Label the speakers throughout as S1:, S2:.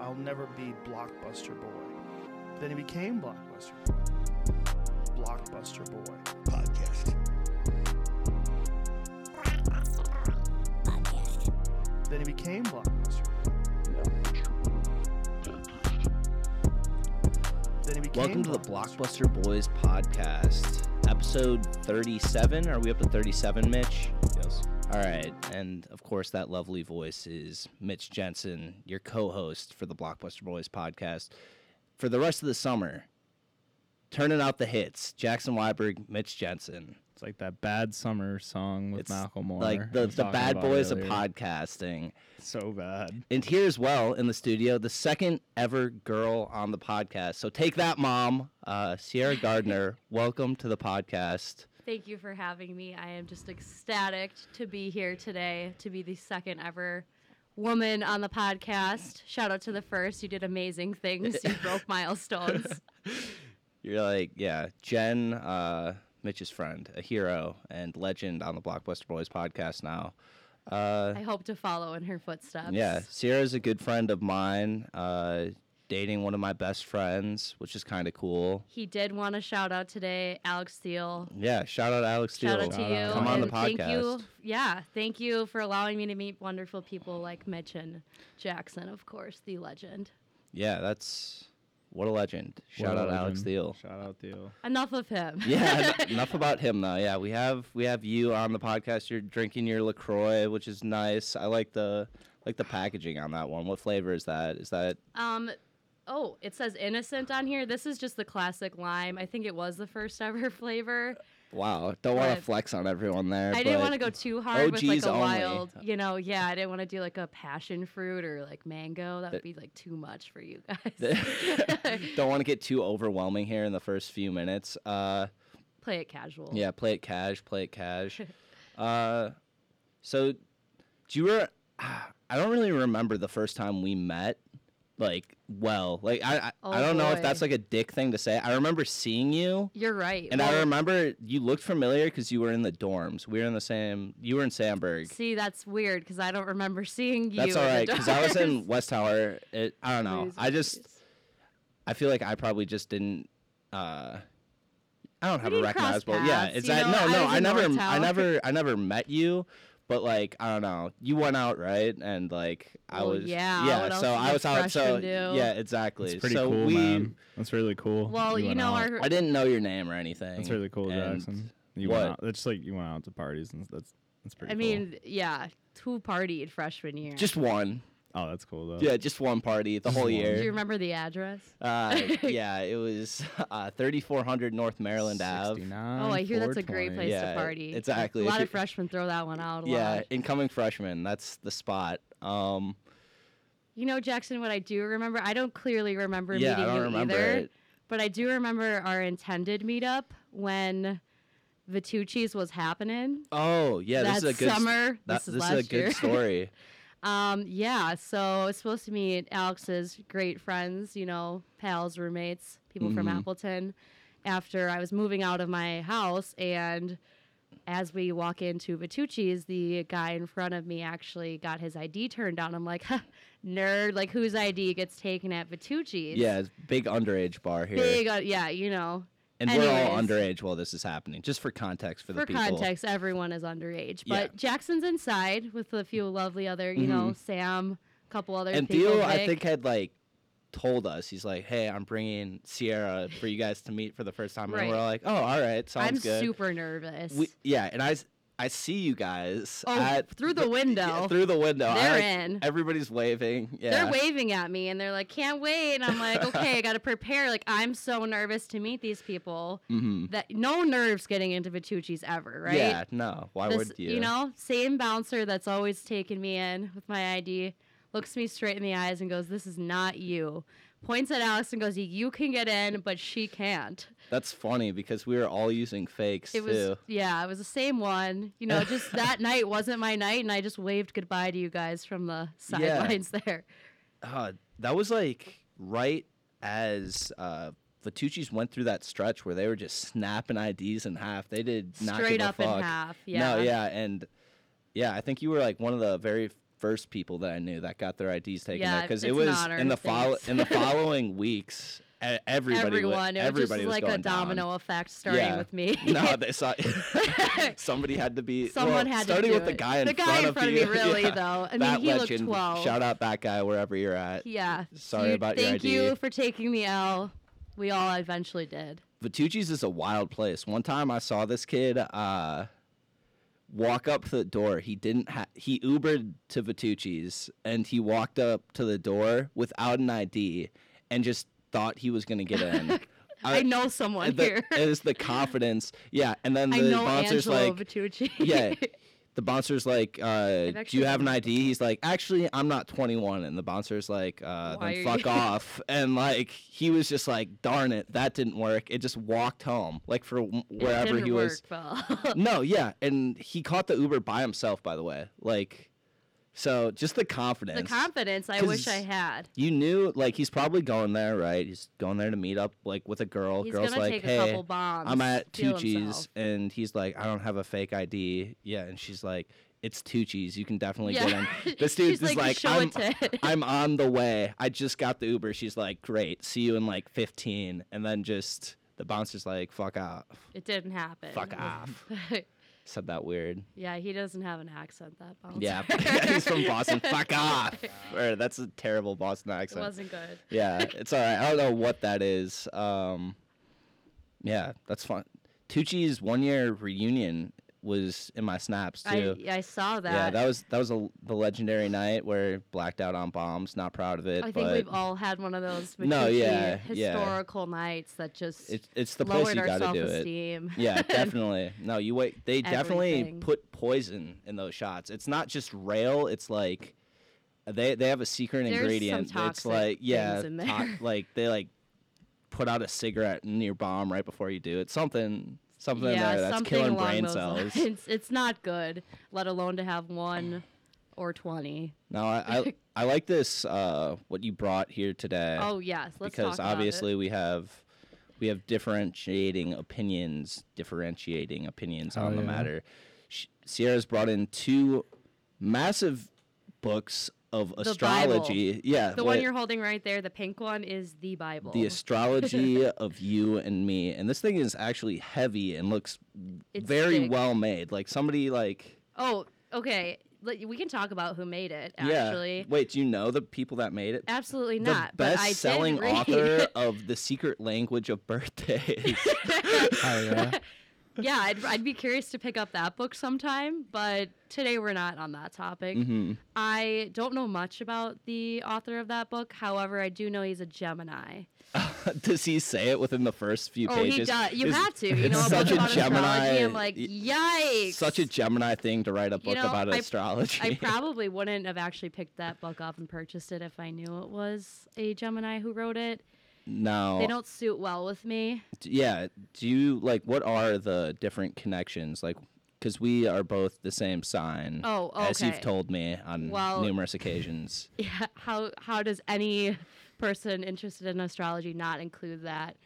S1: I'll never be Blockbuster Boy. Then he became Blockbuster Boy. Blockbuster Boy.
S2: podcast.
S1: Then he became Blockbuster Boy. Then he became
S3: Welcome to the Blockbuster Boys podcast, episode 37. Are we up to 37, Mitch?
S4: Yes.
S3: All right. And of course, that lovely voice is Mitch Jensen, your co host for the Blockbuster Boys podcast. For the rest of the summer, turning out the hits Jackson Weiberg, Mitch Jensen.
S4: It's like that bad summer song with
S3: It's
S4: Macklemore.
S3: like
S4: I
S3: the,
S4: was
S3: the
S4: talking
S3: bad
S4: about
S3: boys of
S4: earlier.
S3: podcasting.
S4: So bad.
S3: And here as well in the studio, the second ever girl on the podcast. So take that, mom. Uh, Sierra Gardner, welcome to the podcast.
S5: Thank you for having me. I am just ecstatic to be here today, to be the second ever woman on the podcast. Shout out to the first. You did amazing things. You broke milestones.
S3: You're like, yeah, Jen, uh, Mitch's friend, a hero and legend on the Blockbuster Boys podcast now. Uh,
S5: I hope to follow in her footsteps.
S3: Yeah, Sierra's a good friend of mine, uh, dating one of my best friends, which is kind of cool.
S5: He did want to shout out today, Alex Steele.
S3: Yeah, shout out Alex Steele.
S5: Shout out to you.
S3: Come on the
S5: and Thank
S3: podcast.
S5: you. Yeah. Thank you for allowing me to meet wonderful people like Mitch and Jackson, of course, the legend.
S3: Yeah, that's what a legend. Shout
S4: What a
S3: out Alex
S4: legend.
S3: Steele.
S4: Shout out Deal.
S5: Enough of him.
S3: yeah, en- enough about him though. Yeah, we have we have you on the podcast. You're drinking your Lacroix, which is nice. I like the like the packaging on that one. What flavor is that? Is that
S5: Um, oh, it says innocent on here. This is just the classic lime. I think it was the first ever flavor.
S3: wow? Don't want to
S5: But-
S3: flex on everyone there.
S5: I didn't
S3: but
S5: want to go too hard with like
S3: OGs
S5: a
S3: only.
S5: wild, you know. Yeah, I didn't want to do like a passion fruit or like mango. That would be like too much for you guys.
S3: Don't want to get too overwhelming here in the first few minutes. Uh,
S5: Play it casual.
S3: yeah, play it cash, play it cash. uh, so do you were? I don't really remember the first time we met. Like well, like I I, I
S5: Oh,
S3: don't know if
S5: boy.
S3: that's like a dick thing to say. I remember seeing you.
S5: You're right.
S3: And I
S5: Well,
S3: remember you looked familiar because you were in the dorms. We were in the same. You were in Sandburg.
S5: See, that's weird because I don't remember seeing you.
S3: That's
S5: in
S3: all
S5: the
S3: right because I was in
S5: dark.
S3: West Tower. It, I don't know.
S5: Crazy
S3: I just
S5: days.
S3: I feel like I probably just didn't. uh I don't have a
S5: didn't cross
S3: recognizable. yeah,
S5: paths,
S3: it's
S5: you
S3: that.
S5: know,
S3: No,
S5: I
S3: no.
S5: was
S3: I, never.
S5: in North
S3: I
S5: Tower.
S3: never. I never met you. But like I don't know, you went out right, and like I
S5: Well,
S3: was
S5: yeah, what
S3: yeah.
S5: else
S3: So
S5: does
S3: I
S5: a
S3: was out. So
S5: freshman do?
S3: yeah, exactly.
S4: It's pretty
S3: so
S4: cool,
S3: we,
S4: man. That's really cool.
S5: Well, you,
S4: went
S5: know
S4: out.
S5: our.
S3: I didn't know your name or anything.
S4: That's really cool,
S3: and
S4: Jackson. You
S3: what?
S4: went out. That's like you went out to parties and that's that's pretty.
S5: I mean, yeah, who partied freshman year?
S3: Just one.
S4: cool. oh, that's cool though.
S3: Yeah, just one party the whole
S4: one.
S3: year.
S5: Do you remember the address?
S3: Uh, yeah, it was uh, 3400 North Maryland Ave.
S4: 69,
S5: Oh, I hear that's a great
S4: 420.
S5: place
S3: Yeah,
S5: to party.
S3: exactly.
S5: A
S3: If
S5: lot
S3: you-
S5: of freshmen throw that one out. A
S3: Yeah,
S5: lot.
S3: incoming freshman. That's the spot. Um,
S5: You know, Jackson, what I do remember, I don't clearly remember
S3: Yeah, I
S5: meeting
S3: don't
S5: you
S3: remember
S5: either,
S3: it.
S5: but I do remember our intended meetup when Vitucci's was happening.
S3: oh yeah, this is
S5: That's
S3: a good s-
S5: summer.
S3: that-
S5: This
S3: is
S5: is
S3: a
S5: last
S3: good
S5: year.
S3: story.
S5: Um, yeah, so I was supposed to meet Alex's great friends, you know, pals, roommates, people from
S3: Mm-hmm.
S5: Appleton. After I was moving out of my house, and as we walk into Vitucci's, the guy in front of me actually got his ID turned down. I'm like, "Huh, nerd! Like whose ID gets taken at Vitucci's?
S3: Yeah, it's big underage bar here,
S5: big, uh, yeah, you know.
S3: and we're all
S5: Anyways,
S3: underage while this is happening. Just for context for the
S5: For
S3: people.
S5: context, everyone is underage, but
S3: Yeah.
S5: Jackson's inside with a few lovely other, you know, Sam, a couple other
S3: Mm-hmm. And
S5: people.
S3: Theo, I
S5: Vic.
S3: think had like told us he's like, "Hey, I'm bringing Sierra for you guys to meet for the first time," and
S5: Right.
S3: we're all like, "Oh, all right, sounds
S5: I'm
S3: good."
S5: super nervous.
S3: We, yeah, and I, s- I see you guys
S5: Oh,
S3: at-
S5: through the
S3: Yeah,
S5: window.
S3: through the window. I,
S5: They're
S3: like-
S5: in.
S3: Everybody's waving. Yeah.
S5: They're waving at me and they're like, can't wait. And I'm like, okay, I got to prepare. Like, I'm so nervous to meet these people that no nerves getting into Vitucci's ever, right?
S3: Mm-hmm. Yeah. No. Why
S5: This-
S3: would you?
S5: know, same bouncer that's always taken me in with my ID looks me straight in the eyes and goes, this is not you. Points at Alex and goes, you can get in, but she can't.
S3: That's funny because we were all using fakes
S5: It was,
S3: too.
S5: yeah, it was the same one. You know, just that night wasn't my night. And I just waved goodbye to you guys from the
S3: Yeah.
S5: sidelines there.
S3: Uh, that was like right as uh, Vitucci's went through that stretch where they were just snapping IDs in half. They did not
S5: Straight
S3: give a
S5: up in
S3: fuck.
S5: half,
S3: No.
S5: yeah.
S3: Yeah. And yeah, I think you were like one of the very first people that I knew that got their IDs taken
S5: Yeah,
S3: out because
S5: it's
S3: it
S5: an
S3: was
S5: honor,
S3: in the follow
S5: thanks.
S3: in the following weeks. e- Everybody,
S5: everyone.
S3: was,
S5: it was
S3: everybody
S5: just
S3: was
S5: like a
S3: going down.
S5: domino effect starting
S3: Yeah.
S5: with me.
S3: no, they saw somebody had to be. well,
S5: Someone had to
S3: starting
S5: do
S3: with the
S5: it.
S3: guy in
S5: The guy
S3: front
S5: in
S3: of
S5: front of
S3: you.
S5: me, really,
S3: yeah.
S5: though. I mean,
S3: that
S5: he looked
S3: legend.
S5: 12.
S3: Shout out that guy wherever you're at.
S5: yeah.
S3: Sorry
S5: You-
S3: about your
S5: thank
S3: ID.
S5: you for taking the L. We all eventually did.
S3: Vitucci's is a wild place. One time I saw this kid uh, walk up to the door. He didn't ha- he Ubered to Vitucci's and he walked up to the door without an ID and just thought he was gonna get in.
S5: I, know someone
S3: Uh, the,
S5: here.
S3: It is the confidence. Yeah, and then
S5: I
S3: the
S5: know
S3: bouncer's
S5: Angelo
S3: like
S5: Vitucci.
S3: Yeah. The bouncer's like, uh, do
S5: actually
S3: you have an
S5: done that
S3: ID? He's like, actually, I'm not 21. And the bouncer's like, uh,
S5: Why
S3: then
S5: are
S3: fuck
S5: you-
S3: off. And like, he was just like, darn it, that didn't work. It just walked home, like for wh-
S5: It
S3: wherever
S5: didn't
S3: he
S5: work,
S3: was.
S5: Well.
S3: No, yeah. And he caught the Uber by himself, by the way. Like, so just the confidence.
S5: the confidence I wish I
S3: 'Cause
S5: had.
S3: you knew, like, he's probably going there, right? He's going there to meet up, like, with a girl.
S5: He's
S3: Girl's
S5: gonna
S3: like,
S5: take
S3: hey,
S5: a couple bombs.
S3: I'm at
S5: feel
S3: Tucci's,
S5: um, himself.
S3: and he's like, I don't have a fake ID. Yeah, and she's like, It's Tucci's. You can definitely get in. This dude
S5: She's
S3: is like,
S5: like, show
S3: I'm,
S5: it to-
S3: I'm on the way. I just got the Uber. She's like, Great. See you in like 15, and then just the bouncer's like, Fuck off.
S5: It didn't happen.
S3: Fuck off. Said that weird.
S5: yeah, he doesn't have an accent that bouncer.
S3: Yeah, he's from Boston. Fuck off. Or that's a terrible Boston
S5: It
S3: accent.
S5: wasn't good.
S3: yeah, it's all right. I don't know what that is. Um, yeah, that's fun. Tucci's one year reunion was in my snaps
S5: I,
S3: too.
S5: I saw that.
S3: Yeah, that was that was a, the legendary night where blacked out on bombs. Not proud of it,
S5: I think
S3: but
S5: we've all had one of those
S3: No,
S5: Vitucci
S3: yeah, yeah.
S5: historical nights that just
S3: it's it's the place
S5: lowered
S3: you
S5: our
S3: got to do it.
S5: self-esteem.
S3: Yeah, definitely. No, you wait. They definitely
S5: Everything.
S3: put poison in those shots. It's not just rail. It's like they they have a secret
S5: There's some
S3: ingredient. It's
S5: toxic
S3: like yeah,
S5: things in
S3: to-
S5: there.
S3: like they like put out a cigarette in your bomb right before you do it. Something something in
S5: yeah,
S3: there that's
S5: something
S3: killing
S5: along
S3: brain
S5: those
S3: cells.
S5: Lines. It's not good, let alone to have one or 20.
S3: No, I, I I like this uh what you brought here today.
S5: Oh, yes. Let's talk
S3: because
S5: about it.
S3: obviously we have we have differentiating opinions, differentiating opinions on the
S4: yeah.
S3: matter. Sh- Sierra's brought in two massive books of
S5: Bible.
S3: astrology. Yeah,
S5: The one
S3: wait,
S5: you're holding right there, the pink one, is the Bible.
S3: the astrology of you and me, and this thing is actually heavy and looks
S5: It's
S3: very
S5: thick.
S3: well made. Like somebody like
S5: Oh, okay. Let- We can talk about who made it,
S3: yeah.
S5: actually.
S3: Wait, do you know the people that made it?
S5: Absolutely
S3: the
S5: not. but I did
S3: best-selling
S5: read-
S3: author of the secret language of birthdays.
S4: Oh yeah.
S5: yeah, I'd, I'd be curious to pick up that book sometime, but today we're not on that topic.
S3: Mhm.
S5: I don't know much about the author of that book. However, I do know he's a Gemini.
S3: does he say it within the first few
S5: Oh,
S3: pages?
S5: he does. You
S3: It's
S5: have to. You
S3: it's
S5: know, a
S3: such
S5: book
S3: a
S5: about astrology. I'm
S3: Gemini-
S5: like,
S3: y-
S5: yikes.
S3: Such a Gemini thing to write a book
S5: know,
S3: about
S5: I-
S3: astrology.
S5: I probably wouldn't have actually picked that book up and purchased it if I knew it was a Gemini who wrote it.
S3: no.
S5: They
S3: Oh.
S5: don't suit well with me.
S3: D- yeah. Do you like what are the different connections? Like, because we are both the same sign.
S5: Oh,
S3: As you've
S5: okay.
S3: told me on
S5: Well-
S3: numerous occasions.
S5: Yeah, how how does any person interested in astrology not include that?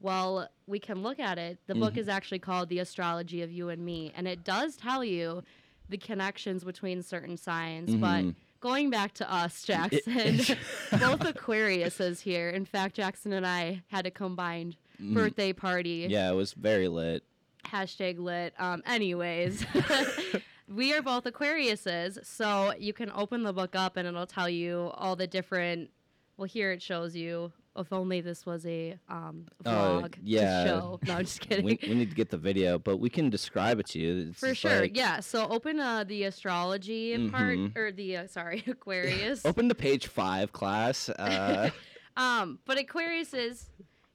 S5: Well, we can look at it. The book is actually called The Astrology of You and Me, and it does tell you the connections between certain signs, but going back to us, Jackson, both Aquarius is here. In fact, Jackson and I had a combined birthday party
S3: Yeah, it was very lit.
S5: hashtag lit. Um, anyways, we are both Aquariuses, so you can open the book up and it'll tell you all the different. Well, here it shows you. If only this was a um,
S3: Oh,
S5: vlog
S3: yeah.
S5: to show. No, I'm just kidding.
S3: We, we need to get the video, but we can describe it to you. It's
S5: For
S3: just
S5: sure,
S3: like-
S5: yeah. So open uh, the astrology part,
S3: Mhm.
S5: or the uh, sorry Aquarius.
S3: Open to page five, class. Uh,
S5: Um, but Aquarius is,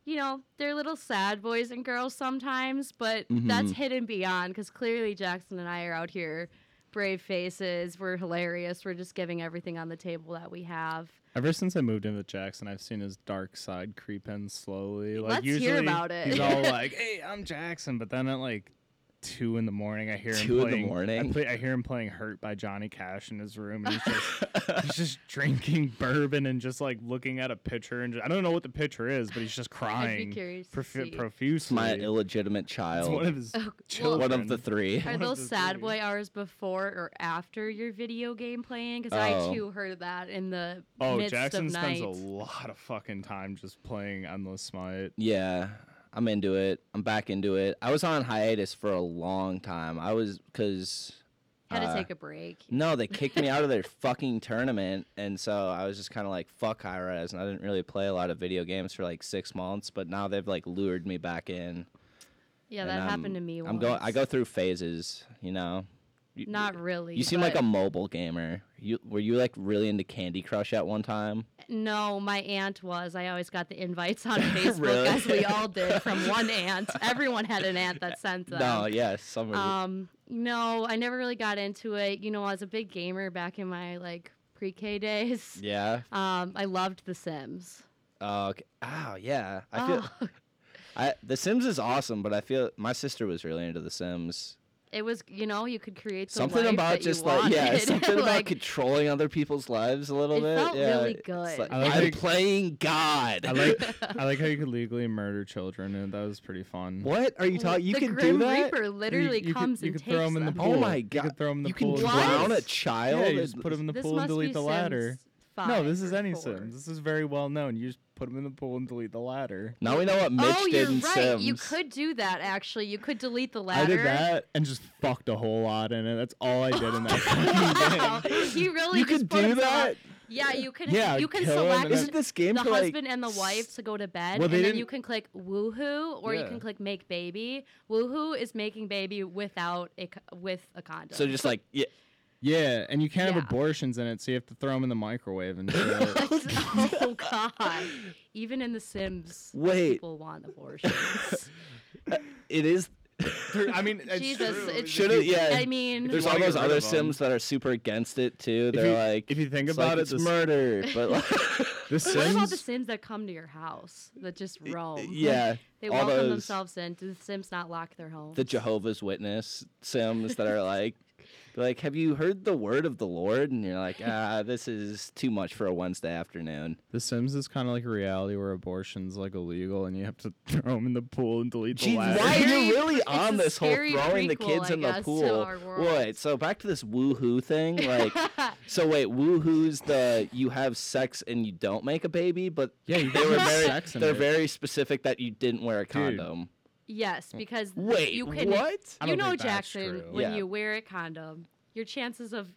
S5: you know, they're little sad boys and girls sometimes, but
S3: Mm-hmm.
S5: that's hidden beyond because clearly Jackson and I are out here, brave faces. We're hilarious. We're just giving everything on the table that we have.
S4: Ever since I moved in with Jackson, I've seen his dark side creep in slowly. Like
S5: Let's hear
S4: usually
S5: about it.
S4: he's all like, "Hey, I'm Jackson," but then at like two in the morning. I hear him
S3: Two in the
S4: playing,
S3: morning?
S4: I, play, I hear him playing "Hurt" by Johnny Cash in his room, and he's just he's just drinking bourbon and just like looking at a picture, and just, I don't know what the picture is, but he's just crying
S5: curious to
S4: profu-
S5: see. Oh,
S4: profusely.
S3: My illegitimate
S4: it's one
S3: child.
S4: of his
S5: well-
S4: children.
S3: One of the three.
S5: Are
S4: One of
S5: those
S4: the
S5: sad
S4: three.
S5: boy hours before or after your video game playing? Because
S3: Oh.
S5: I too heard that in the
S4: Oh,
S5: midst
S4: Jackson
S5: of night.
S4: spends a lot of fucking time just playing Endless Smite.
S3: Yeah, I'm into it. I'm back into it. I was on hiatus for a long time. I was because
S5: Had to
S3: uh,
S5: take a break.
S3: no, they kicked me out of their fucking tournament, and so I was just kind of like fuck high res, and I didn't really play a lot of video games for like six months. But now they've like lured me back in.
S5: Yeah,
S3: and
S5: that
S3: I'm-
S5: happened to me.
S3: I'm going. I
S5: once.
S3: go through phases, you know. You-
S5: Not really.
S3: You seem like a
S5: but-
S3: mobile gamer. You were you like really into Candy Crush at one time?
S5: No, my aunt was. I always got the invites on Facebook,
S3: Really?
S5: as we all did, from one aunt. Everyone had an aunt that sent them.
S3: No, yes, some are
S5: Um, no, I never really got into it. You know, I was a big gamer back in my like pre-K days.
S3: yeah.
S5: Um, I loved The Sims.
S3: Oh, okay. oh yeah. I feel
S5: Oh,
S3: I The Sims is awesome, but I feel my sister was really into The Sims.
S5: it was, you know, you could create the
S3: something
S5: life
S3: about
S5: that
S3: just
S5: you
S3: like yeah,
S5: wanted.
S3: something about
S5: Like,
S3: controlling other people's lives a little
S5: It
S3: bit.
S5: felt
S3: yeah,
S5: really
S3: it's
S5: good.
S3: like,
S5: I
S4: like
S3: I'm
S4: how you-
S3: playing God.
S4: I like I like how you could legally murder children, and that was pretty fun.
S3: what are you talking? You
S5: the
S3: can
S5: Grim
S3: do that.
S5: Reaper literally
S4: you could-
S5: comes
S4: you
S5: and
S4: could
S5: takes
S4: throw 'em in the
S5: them.
S3: Oh
S4: pool.
S3: my
S4: You
S3: god!
S4: could throw 'em in the
S3: you can
S4: pool and
S3: drown
S5: What?
S3: a
S4: Yeah,
S3: child.
S4: you just
S3: and-
S4: put them in the
S5: This
S4: pool and
S5: must be
S4: delete the ladder.
S5: Sims five
S4: No, this
S5: or
S4: is any
S5: four.
S4: Sims. This is very well known. You just put them in the pool and delete the ladder.
S3: Now we know what Mitch
S5: oh,
S3: did
S5: you're
S3: in
S5: right.
S3: Sims.
S5: You could do that actually. You could delete the ladder.
S4: I did that and just fucked a whole lot in it. That's all I did in that. fucking game.
S5: Wow. he really
S3: You
S5: just
S3: could
S5: put
S3: do
S5: himself-
S3: that?
S5: Yeah, you can.
S4: Yeah,
S5: you can
S4: kill him
S5: select
S4: and then-
S3: Isn't this game
S5: the
S3: for like
S5: husband and the wife to go to bed,
S4: Well, they
S5: and then
S4: didn't-
S5: you can click woohoo, or you
S4: Yeah.
S5: can click make baby. Woohoo is making baby without a co- with a condom.
S3: So just like yeah,
S4: Yeah, and you can't
S5: Yeah.
S4: have abortions in it, so you have to throw them in the microwave and shit.
S5: oh god! Even in The Sims,
S3: Wait.
S5: people want abortions.
S3: it is.
S4: They're- I mean, it's
S5: Jesus,
S4: true.
S5: it's-
S3: Should it? Yeah.
S5: I mean,
S3: There's
S4: you
S3: all
S4: wanna
S3: those
S4: get rid
S3: other
S4: of 'em.
S3: Sims that are super against it too. They're
S4: you-
S3: like,
S4: if you think
S3: it's like
S4: about it,
S3: it's
S4: this-
S3: murder. But like,
S4: The
S5: what about the
S4: Sims.
S5: Sims that come to your house that just roam?
S3: yeah,
S5: They
S3: all
S5: welcome
S3: those
S5: themselves in. Do the Sims not lock their home?
S3: the Jehovah's Witness Sims that are like, they're like, have you heard the word of the Lord? And you're like, ah, this is too much for a Wednesday afternoon.
S4: The Sims is kind of like a reality where abortion's like illegal, and you have to throw them in the pool and delete the
S3: Gee,
S4: ladder.
S3: why are
S5: Scary-
S3: you really
S5: it's
S3: on
S5: a
S3: this whole
S5: scary
S3: throwing the
S5: prequel,
S3: kids
S5: I
S3: in the
S5: guess, to
S3: pool?
S5: our world.
S3: Wait, so back to this woohoo thing. Like, so wait, woohoo's the you have sex and you don't make a baby, but
S4: Yeah, you
S3: they were
S4: have
S3: very
S4: sex in
S3: they're
S4: it.
S3: very specific that you didn't wear a condom.
S5: yes, because
S3: Wait,
S5: you can
S3: what?
S4: I
S5: you
S4: don't
S5: know,
S4: think that's
S5: Jackson,
S4: true.
S5: when
S3: Yeah.
S5: you wear a condom, your chances of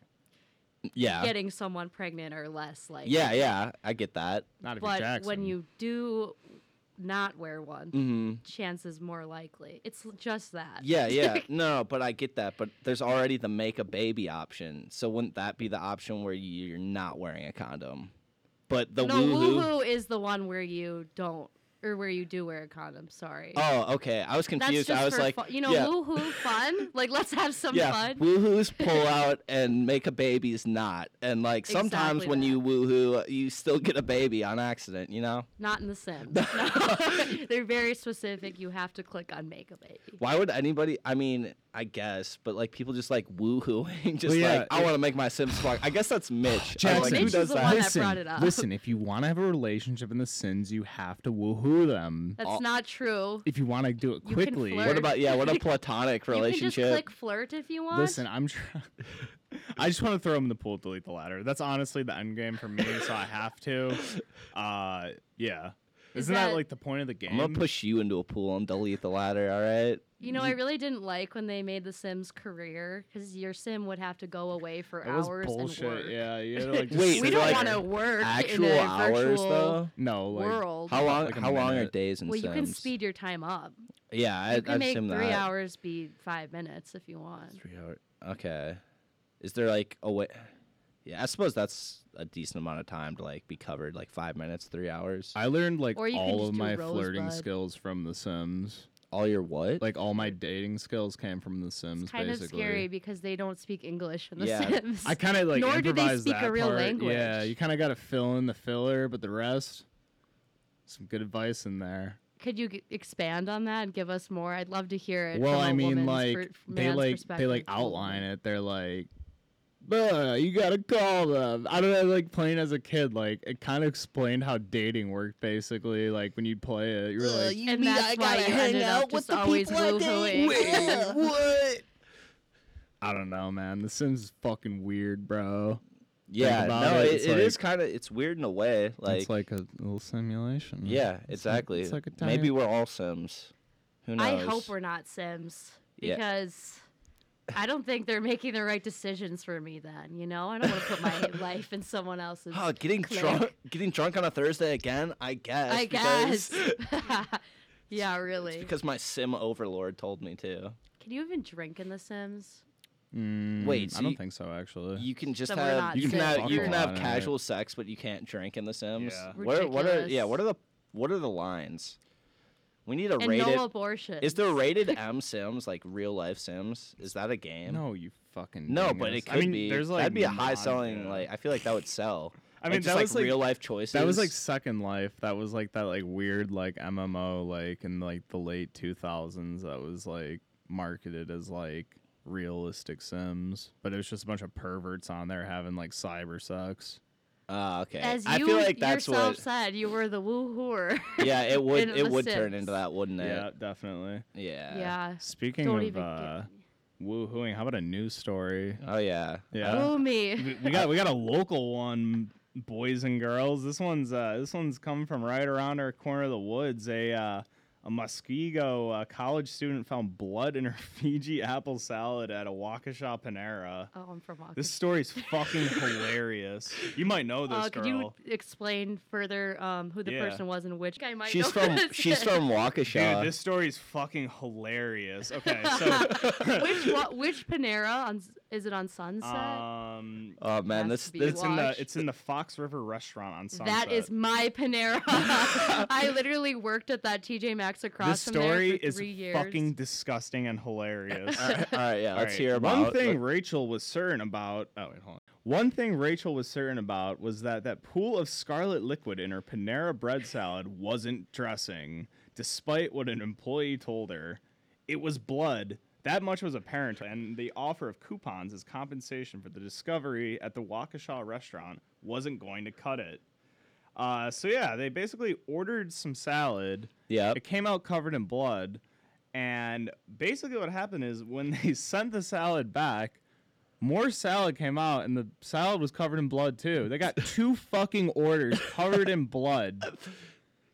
S3: Yeah,
S5: getting someone pregnant are less likely.
S3: yeah, yeah. I get that.
S4: Not if you're
S5: But
S4: Jackson.
S5: when you do not wear one,
S3: Mm-hmm.
S5: chances more likely. It's l- just that.
S3: Yeah, yeah. No, but I get that. But there's already the make a baby option. So wouldn't that be the option where you're not wearing a condom? But the
S5: no,
S3: woohoo.
S5: woohoo is the one where you don't, or where you do wear a condom. Sorry.
S3: Oh, okay. I was
S5: That's
S3: confused.
S5: just
S3: I was
S5: for
S3: like,
S5: fu- you know,
S3: yeah,
S5: woohoo fun. Like, let's have some
S3: yeah,
S5: fun.
S3: woohoo's pull out and make a baby's not. And like sometimes
S5: Exactly
S3: when
S5: that.
S3: you woohoo, you still get a baby on accident. You know?
S5: Not in The Sims. No. They're very specific. You have to click on make a baby.
S3: Why would anybody? I mean, I guess, but like people just like woohooing, just
S4: Well, yeah,
S3: like I
S4: it-
S3: want to make my Sims fuck. I guess that's Mitch. I
S4: Jackson,
S3: like,
S5: Mitch
S3: who
S5: is
S3: does
S5: the
S3: that?
S5: one that
S4: listen,
S5: brought it up.
S4: listen, if you want to have a relationship in The Sims, you have to woohoo them.
S5: That's
S3: All-
S5: not true.
S4: If you want to do it
S5: can
S4: quickly.
S5: flirt.
S3: What about yeah? What a platonic relationship.
S5: You can just click flirt if you want.
S4: Listen, I'm trying. I just want to throw him in the pool, delete the ladder. That's honestly the end game for me, so I have to. Uh, yeah.
S5: Is
S4: Isn't that,
S5: that-
S4: like the point of the game?
S3: I'm gonna push you into a pool and delete the ladder. All right.
S5: you know, I really didn't like when they made the Sims career because your Sim would have to go away for
S4: That was
S5: hours
S4: bullshit.
S5: and work.
S4: Yeah, you had to, like, just
S3: Wait,
S4: sit
S5: We
S3: so
S5: don't
S3: like
S5: want
S4: there.
S5: to work
S3: Actual
S5: in a
S3: hours
S5: virtual
S3: though.
S4: No, like
S5: world.
S3: How long?
S4: Like a
S3: how long are
S4: minute.
S3: days in
S5: well, you
S3: Sims?
S5: can speed your time up.
S3: Yeah, I,
S5: You can
S3: I
S5: make
S3: assume
S5: three
S3: that.
S5: hours be five minutes if you want.
S3: Three hour. Okay. Is there like a way? Yeah, I suppose that's a decent amount of time to like be covered, like five minutes, three hours.
S4: I learned like
S5: Or you can
S4: all
S5: just
S4: of
S5: do
S4: my flirting
S5: Rosebud.
S4: skills from The Sims.
S3: All your what?
S4: Like all my dating skills came from The Sims.
S5: It's kind
S4: basically.
S5: of scary because they don't speak English in the
S3: Yeah.
S5: Sims.
S4: I kind of like
S5: Nor do they
S4: improvised
S5: speak a
S4: that
S5: real
S4: part.
S5: language.
S4: Yeah, you kind of got to fill in the filler, but the rest, some good advice in there.
S5: could you g- expand on that and give us more? I'd love to hear it.
S4: Well,
S5: from
S4: I
S5: a
S4: mean,
S5: woman's
S4: like
S5: per-
S4: they
S5: man's
S4: like they like
S5: perspective.
S4: outline it. They're like, "Bruh, you gotta call them." I don't know, like playing as a kid, like it kind of explained how dating worked. Basically, like when you'd play it, you were like,
S5: And that's why you ended up just always woohooing.
S3: what?
S4: "I don't know, man. The Sims is fucking weird, bro."
S3: Yeah,
S4: about
S3: no,
S4: it,
S3: it,
S4: it's
S3: it is
S4: like-
S3: kind of it's weird in a way. Like,
S4: it's like a little simulation.
S3: yeah,
S4: It's like-
S3: exactly.
S4: it's like a giant-
S3: Maybe we're all Sims. Who knows?
S5: I hope we're not Sims
S3: Yeah.
S5: because I don't think they're making the right decisions for me. Then you know, I don't want to put my life in someone else's.
S3: Oh, getting
S5: Click.
S3: drunk, getting drunk on a Thursday again. I guess.
S5: I
S3: because-
S5: guess. yeah,
S3: It's
S5: really.
S3: because my sim overlord told me to.
S5: Can you even drink in The Sims?
S4: Mm,
S3: Wait, so
S4: I don't
S3: you-
S4: think so, actually.
S3: You can just
S5: So we're
S3: have
S5: not
S3: you can
S5: Sims.
S3: have you
S5: Fuck
S3: can
S4: all
S3: have
S4: on it.
S3: casual sex, but you can't drink in The Sims.
S4: Yeah.
S3: Where, what are yeah?
S5: Ridiculous.
S3: What are the what are the lines? We need a
S5: And
S3: rated.
S5: no abortion.
S3: is there rated M Sims like real life Sims? Is that a game?
S4: no, you fucking.
S3: No,
S4: dingus.
S3: but it could
S4: I mean,
S3: be.
S4: There's like
S3: That'd be a high
S4: non-
S3: selling.
S4: yeah.
S3: Like I feel like that would sell.
S4: I
S3: Like,
S4: mean,
S3: just
S4: that
S3: like,
S4: was, like-
S3: real life choices.
S4: That was like Second Life. That was like that like weird like MMO like in like the late two thousands that was like marketed as like realistic Sims, but it was just a bunch of perverts on there having like cyber sex.
S3: Ah, okay.
S5: As you
S3: I feel like that's
S5: yourself
S3: what.
S5: said, you were the woo-hooer.
S3: Yeah, it would.
S5: in
S3: It
S5: The
S3: would turn
S5: Sims.
S3: into that, wouldn't
S4: Yeah,
S3: it?
S4: definitely.
S3: Yeah.
S5: yeah.
S4: Speaking
S5: Don't
S4: of
S5: even
S4: uh,
S5: get
S4: woohooing, how about a news story?
S3: Oh yeah.
S4: Yeah.
S5: Oh me.
S4: we we got we got a local one boys and girls this one's uh this one's come from right around our corner of the woods a uh a Muskego uh, college student found blood in her Fiji apple salad at a Waukesha Panera.
S5: Oh, I'm from Waukesha.
S4: This story's fucking hilarious. You might know this
S5: Uh,
S4: girl.
S5: could you explain further um, who the
S4: Yeah.
S5: person was and which guy might
S3: She's
S5: know
S3: from
S5: this
S3: she's
S5: is.
S3: from
S4: Dude,
S3: Waukesha.
S4: this story's fucking hilarious. Okay, so
S5: which wa- which Panera on s- is it on Sunset?
S4: um,
S3: oh man,
S5: has
S3: this
S5: to be
S3: this
S4: it's in the
S5: Wash.
S4: it's in the Fox River restaurant on Sunset.
S5: that is my Panera. I literally worked at that TJ Maxx across
S4: this
S5: from
S4: story
S5: there for
S4: is
S5: three years.
S4: fucking disgusting and hilarious.
S3: all right, all right, yeah,
S4: All
S3: let's
S4: right,
S3: hear about
S4: one thing Rachel was certain about. Oh wait, hold on. One thing Rachel was certain about was that that pool of scarlet liquid in her Panera bread salad wasn't dressing, despite what an employee told her. It was blood. That much was apparent, and the offer of coupons as compensation for the discovery at the Waukesha restaurant wasn't going to cut it. Uh, so yeah, they basically ordered some salad.
S3: Yep.
S4: It came out covered in blood. And basically, what happened is when they sent the salad back, more salad came out, and the salad was covered in blood too. They got two fucking orders covered in blood.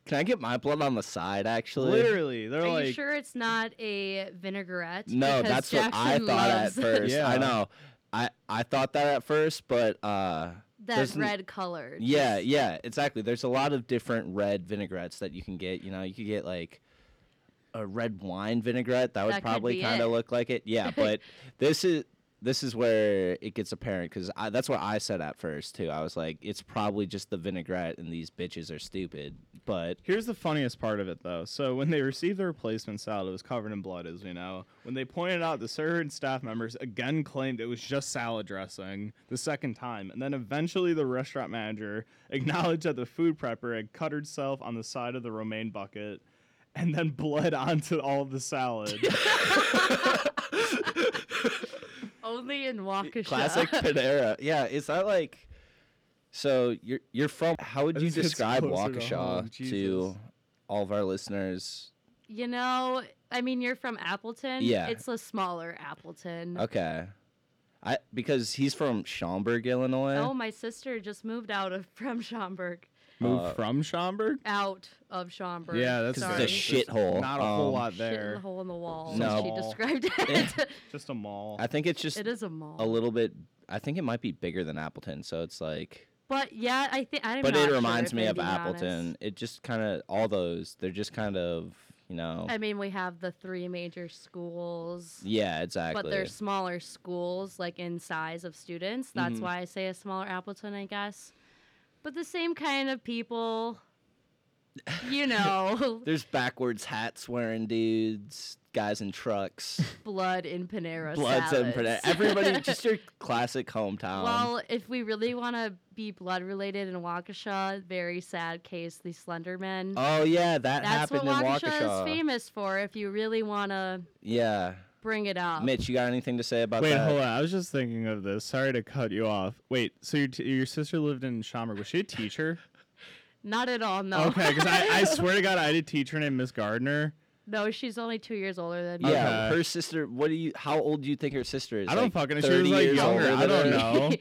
S3: Can I get my blood on the side actually?
S4: Literally, they're
S5: Are
S4: like,
S5: you sure it's not a vinaigrette?
S3: No,
S5: Because
S3: that's what I
S5: Jackson
S3: thought at
S5: loves
S3: first.
S4: Yeah.
S3: I know. I I thought that at first, but uh
S5: that
S3: there's n-
S5: red color.
S3: Yeah, yeah, exactly. There's a lot of different red vinaigrettes that you can get. You know, you could get like a red wine vinaigrette. That would
S5: That could
S3: probably
S5: be
S3: kind
S5: it.
S3: of look like it. Yeah, but this is this is where it gets apparent because that's what I said at first too. I was like, it's probably just the vinaigrette, and these bitches are stupid. But
S4: Here's the funniest part of it, though. So when they received the replacement salad, it was covered in blood, as we know. When they pointed out, the server and staff members again claimed it was just salad dressing the second time, and then eventually the restaurant manager acknowledged that the food prepper had cut herself on the side of the romaine bucket, and then bled onto all of the salad.
S5: Only in Waukesha.
S3: classic Panera. Yeah, is that like? So you're you're from? How would
S4: I
S3: you
S4: think it's
S3: describe
S4: closer to home,
S3: Waukesha to
S4: Jesus.
S3: all of our listeners?
S5: You know, I mean, you're from Appleton.
S3: Yeah.
S5: It's a smaller Appleton.
S3: Okay. I because he's from Schaumburg, Illinois.
S5: Oh, my sister just moved out of from Schaumburg,
S4: Moved
S3: Uh,
S4: from Schaumburg?
S5: out of Schaumburg.
S4: Yeah, that's
S3: 'Cause
S5: Sorry.
S3: it's a shit shithole.
S4: Not a whole
S3: Um,
S4: lot
S5: Shit in the
S4: there.
S5: hole in the wall.
S3: No.
S5: as She described it.
S4: Just a mall.
S3: I think it's just
S5: it is a mall.
S3: a little bit. I think it might be bigger than Appleton, so it's like.
S5: But yeah, I think I'm
S3: But
S5: not
S3: it
S5: sure
S3: reminds
S5: if
S3: me
S5: I'm
S3: of
S5: being
S3: Appleton.
S5: honest.
S3: It just kind of all those. They're just kind of you know.
S5: I mean, we have the three major schools,
S3: yeah, exactly.
S5: but they're smaller schools, like in size of students. That's
S3: Mhm.
S5: why I say a smaller Appleton, I guess. But the same kind of people, you know,
S3: There's backwards hats wearing dudes, guys in trucks,
S5: blood in Panera
S3: bloods and
S5: salads.
S3: preda- everybody. Just your classic hometown.
S5: well, if we really want to be blood related in Waukesha, very sad case, the Slenderman.
S3: oh yeah, that
S5: That's what
S3: happened in
S5: Waukesha,
S3: Waukesha.
S5: is famous for. If you really want to
S3: Yeah,
S5: bring it up,
S3: Mitch, you got anything to say about
S4: Wait,
S3: that?
S4: hold on. I was just thinking of this. Sorry to cut you off. Wait, so your, t- your sister lived in Schaumburg. Was she a teacher?
S5: not at all. No,
S3: Oh
S4: Okay, because I, I swear to God, I had a teacher named Miss Gardner.
S5: no, she's only two years older than me.
S3: Yeah,
S4: Okay.
S3: her sister. What do you? How old do you think her sister is?
S4: I don't
S3: Like,
S4: fucking know. She
S3: 30
S4: was like
S3: years
S4: younger.
S3: older
S4: I
S3: than
S4: don't
S3: her?
S4: know.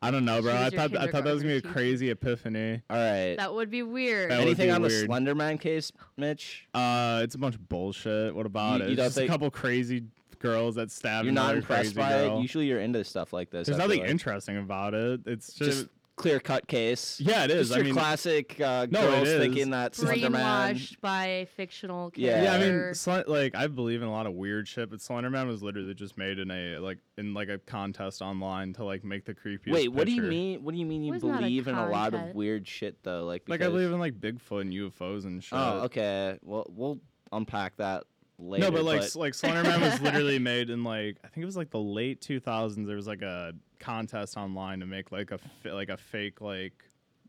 S4: I don't know, bro.
S5: She
S4: I
S5: was your
S4: thought I thought that was gonna be a
S5: kindergarten
S4: crazy epiphany.
S3: All right.
S5: that would be weird.
S4: That would
S3: Anything
S4: be
S3: on
S4: weird.
S3: the Slenderman case, Mitch?
S4: Uh, it's a bunch of bullshit. What about
S3: You-
S4: it?
S3: you
S4: It's
S3: don't
S4: just
S3: think-
S4: a couple crazy girls that stabbed.
S3: You're not
S4: another
S3: impressed
S4: crazy
S3: by
S4: girl.
S3: it. Usually, you're into stuff like this.
S4: There's
S3: I feel
S4: nothing
S3: like.
S4: interesting about it. It's just,
S3: Just clear cut case.
S4: yeah, it is.
S3: Just
S4: I
S3: your
S4: mean,
S3: classic uh,
S4: No, it
S3: girls
S4: is.
S3: thinking that Slenderman.
S5: Brainwashed by fictional
S3: Yeah.
S5: character.
S4: yeah, I mean, Sl- like I believe in a lot of weird shit, but Slenderman was literally just made in a like in like a contest online to like make the creepiest.
S3: Wait, what do you
S4: picture.
S3: mean? What do you mean you
S5: Was not a
S3: believe in a lot of
S5: content.
S3: weird shit though? Like,
S4: Like
S3: because...
S4: I believe in like Bigfoot and UFOs and shit.
S3: Oh, okay. Well, we'll unpack that later.
S4: No, but like s- like Slenderman was literally made in like I think it was like the late 2000s. There was like a contest online to make like a fa- like a fake like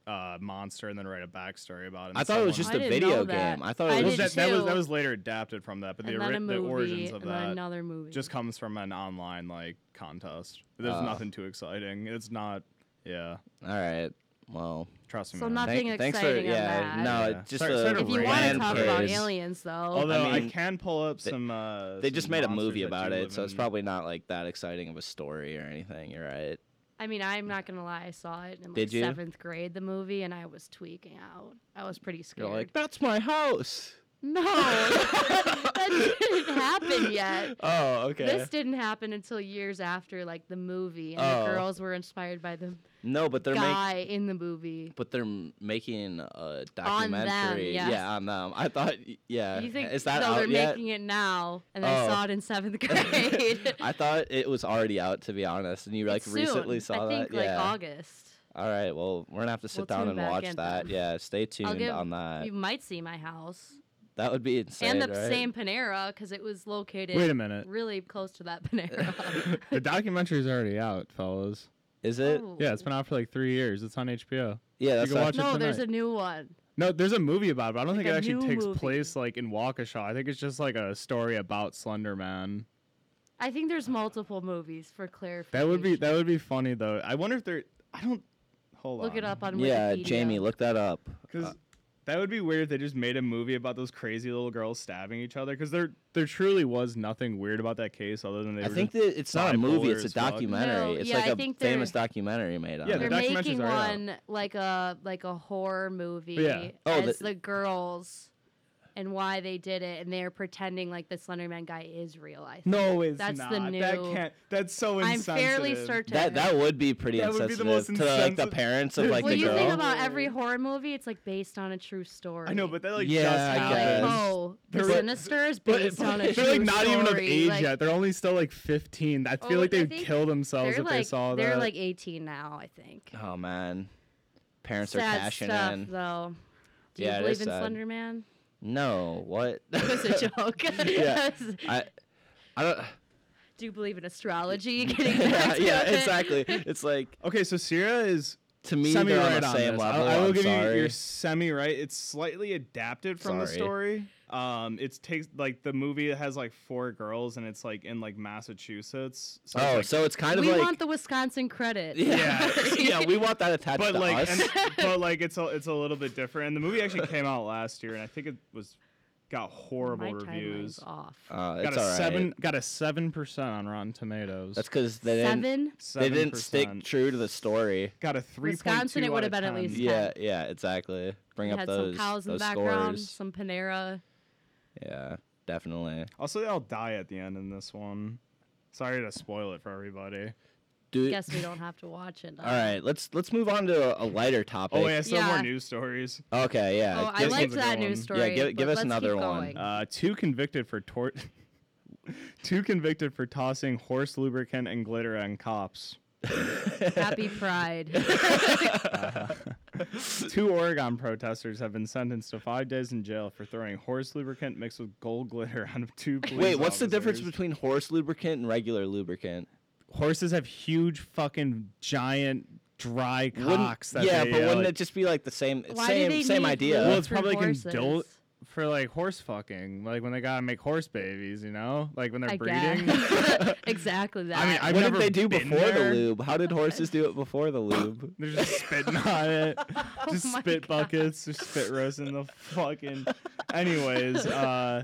S4: uh monster and then write a backstory about it. and
S3: I thought it was
S4: someone-
S3: just
S5: I
S3: a
S5: didn't know
S3: video
S5: that.
S3: game. I thought it
S5: I
S4: Well,
S3: was
S5: did
S4: that, that was
S5: too.
S4: that was later adapted from that, but the,
S5: and then
S4: ori-
S5: a movie,
S4: the origins of
S5: and then
S4: that
S5: another movie.
S4: just comes from an online like contest. There's
S3: Ah.
S4: nothing too exciting. It's not. Yeah,
S3: all right. Well,
S4: trust me.
S5: So
S4: man.
S5: not- Nothing
S3: thank- thanks for
S5: exciting on
S3: yeah.
S5: that.
S3: No,
S4: Yeah.
S3: it's just
S4: Sorry-
S3: a
S4: sorry to
S5: if you want
S4: rant
S5: to
S3: random
S5: talk about
S3: case.
S5: aliens, though,
S4: Although I,
S3: mean,
S4: can pull up some. Uh,
S3: They just
S4: some
S3: made a
S4: monsters
S3: movie
S4: that you
S3: about it,
S4: live
S3: so it's
S4: in.
S3: probably not like that exciting of a story or anything. You're right.
S5: I mean, I'm not gonna lie. I saw it in like
S3: Did you?
S5: seventh grade, the movie, and I was tweaking out. I was pretty scared.
S3: You're like, that's my house.
S5: no, that didn't happen yet.
S3: Oh, okay.
S5: This didn't happen until years after, like the movie, and
S3: Oh.
S5: the girls were inspired by the
S3: no, but they're making.
S5: guy in the movie.
S3: But they're m- making a
S5: On them,
S3: documentary.
S5: yes.
S3: Yeah, on them. I thought, y- yeah.
S5: You think
S3: Uh, Is that
S5: no?
S3: out
S5: They're
S3: yet?
S5: making it now, and I
S3: Oh.
S5: saw it in seventh grade.
S3: I thought it was already out, to be honest. And you like
S5: Soon.
S3: recently saw
S5: I think
S3: that.
S5: like
S3: yeah.
S5: August.
S3: All right. Well, we're gonna have to sit
S5: We'll
S3: down
S5: tune
S3: and
S5: back
S3: watch
S5: in.
S3: that. Yeah. Stay tuned
S5: give
S3: on that.
S5: You might see my house
S3: That would be insane.
S5: and the
S3: Uh, right?
S5: same Panera because it was located.
S4: Wait a minute.
S5: really close to that Panera.
S4: The documentary's already out, fellas.
S3: Is it?
S5: Oh.
S4: Yeah, it's been out for like three years. It's on HBO.
S3: Yeah. That's
S4: can
S3: not-
S4: watch it
S5: No, there's a
S4: tonight.
S5: new one.
S4: No, there's a movie about it, but I don't
S5: Like
S4: think it
S5: a
S4: actually
S5: new
S4: takes
S5: movie.
S4: place like in Waukesha. I think it's just like a story about Slender Man.
S5: I think there's multiple movies for clarification.
S4: That would be that would be funny though. I wonder if there. I don't. Hold on.
S5: Look it up on
S3: yeah,
S5: Wikipedia.
S3: Jamie, look that up. Uh,
S4: Because Uh, that would be weird if they just made a movie about those crazy little girls stabbing each other. Because there there truly was nothing weird about that case other than they.
S3: I
S4: were
S3: think
S4: just,
S3: that it's not a movie;
S4: bipolar
S3: it's a
S4: as fuck.
S3: documentary.
S5: No,
S3: it's
S5: yeah,
S3: like
S5: I
S3: a
S5: think they're-
S3: famous documentary made on
S4: Yeah,
S3: it.
S4: the
S5: They're
S4: documentary's
S5: making
S4: already out.
S5: one like a like a horror movie
S4: Yeah.
S3: Oh,
S5: as
S3: the-
S5: the, girls and why they did it, and they're pretending like the Slenderman guy is real. I think.
S4: no, it's
S5: That's
S4: not.
S5: the
S4: That
S5: new-
S4: can't. That's so
S5: I'm
S4: insensitive.
S5: fairly certain.
S3: that that would be pretty
S4: That would be
S3: insensitive
S4: the most
S3: to like the
S4: insensi-
S3: parents of
S4: Dude,
S3: like
S5: well,
S3: the
S5: you
S3: girl.
S5: think about every horror movie, it's like based on a true story.
S4: I know, but that like
S3: Yeah,
S4: just
S3: I
S5: Like,
S4: happened.
S3: guess.
S5: oh, the
S4: They're like-
S5: Sinister is
S4: But
S5: based on a
S4: they're
S5: true
S4: like not even of
S5: story,
S4: age
S5: like,
S4: yet. They're only still like 15. I feel
S5: Oh,
S4: like
S5: I
S4: they'd
S5: think
S4: kill themselves
S5: They're
S4: if they
S5: like
S4: saw that.
S5: they're like 18 now, I think.
S3: oh man, parents are
S5: Sad
S3: cashing
S5: stuff,
S3: in.
S5: though. Do
S3: Yeah, it
S5: you believe
S3: is
S5: in
S3: sad.
S5: Slender Man?
S3: No, what?
S5: That's a joke.
S3: Yeah. I, I don't.
S5: Do you believe in astrology? Getting
S3: Yeah,
S5: back to
S3: yeah,
S5: it.
S3: exactly. It's like
S4: okay, so Sierra is
S3: to me,
S4: semi
S3: they're on
S4: right
S3: the
S4: on
S3: same
S4: this.
S3: level.
S4: I, I will
S3: am
S4: give
S3: sorry.
S4: you your semi right. It's slightly adapted from the
S3: Sorry.
S4: story. Um, it takes like the movie has like four girls and it's like in like Massachusetts. So
S3: Oh,
S4: it's, like,
S3: so it's kind of
S5: We
S3: like
S5: want the Wisconsin credit.
S3: yeah, yeah. We want that attached
S4: but
S3: to
S4: like
S3: us.
S4: and- but like it's a, it's a little bit different. And the movie actually came out last year, and I think it was got horrible
S5: My timeline's
S4: reviews.
S5: off.
S3: Uh,
S4: Got
S3: it's
S4: a
S3: all right.
S4: seven got a seven percent on Rotten Tomatoes.
S3: That's because they didn't.
S5: Seven.
S3: They didn't
S4: 7%.
S3: stick true to the story.
S4: Got a three.
S5: Wisconsin, it
S4: would
S5: would've
S4: have
S5: been at least-
S3: Yeah, yeah, exactly. Bring
S5: We
S3: up
S5: had
S3: those
S5: some cows in the
S3: those
S5: background,
S3: scores.
S5: some Panera.
S3: Yeah, definitely.
S4: Also, they all die at the end in this one. Sorry to spoil it for everybody.
S3: Dude,
S5: Guess we don't have to watch it. Now.
S3: all right, let's let's move on to a, a lighter topic.
S4: Oh, yeah, still more
S5: Yeah.
S4: news stories.
S3: Okay, yeah.
S5: Oh, I
S3: Uh, give-
S4: This
S5: liked
S4: one's a
S5: that
S4: good
S5: news
S3: one.
S5: story.
S3: Yeah, give- give
S5: but
S3: us
S5: let's keep
S3: another one.
S5: going.
S4: Uh, two convicted for tort. two convicted for tossing horse lubricant and glitter on cops.
S5: Happy Pride.
S4: Two Oregon protesters have been sentenced to five days in jail for throwing horse lubricant mixed with gold glitter on two police
S3: Wait, what's the difference
S4: officers.
S3: between horse lubricant and regular lubricant?
S4: Horses have huge fucking giant dry
S3: Wouldn't-
S4: cocks. that
S3: yeah,
S4: they,
S3: but
S4: uh,
S3: wouldn't
S4: like-
S3: it just be like the same
S5: Why do
S3: same
S5: they
S3: same
S5: need
S3: idea?
S4: Well,
S5: Well,
S4: it's
S5: for
S4: probably condol
S5: horses.
S4: for like horse fucking, like when they gotta make horse babies, you know, like when they're
S5: I
S4: breeding.
S5: guess. exactly that.
S4: mean, I've
S3: what
S4: never
S3: did they do
S4: been
S3: before
S4: there.
S3: the lube? How did horses do it before the lube?
S4: They're just spitting on it, just
S5: Oh my
S4: spit
S5: God.
S4: buckets, just spit roasting the fucking. Anyways, uh,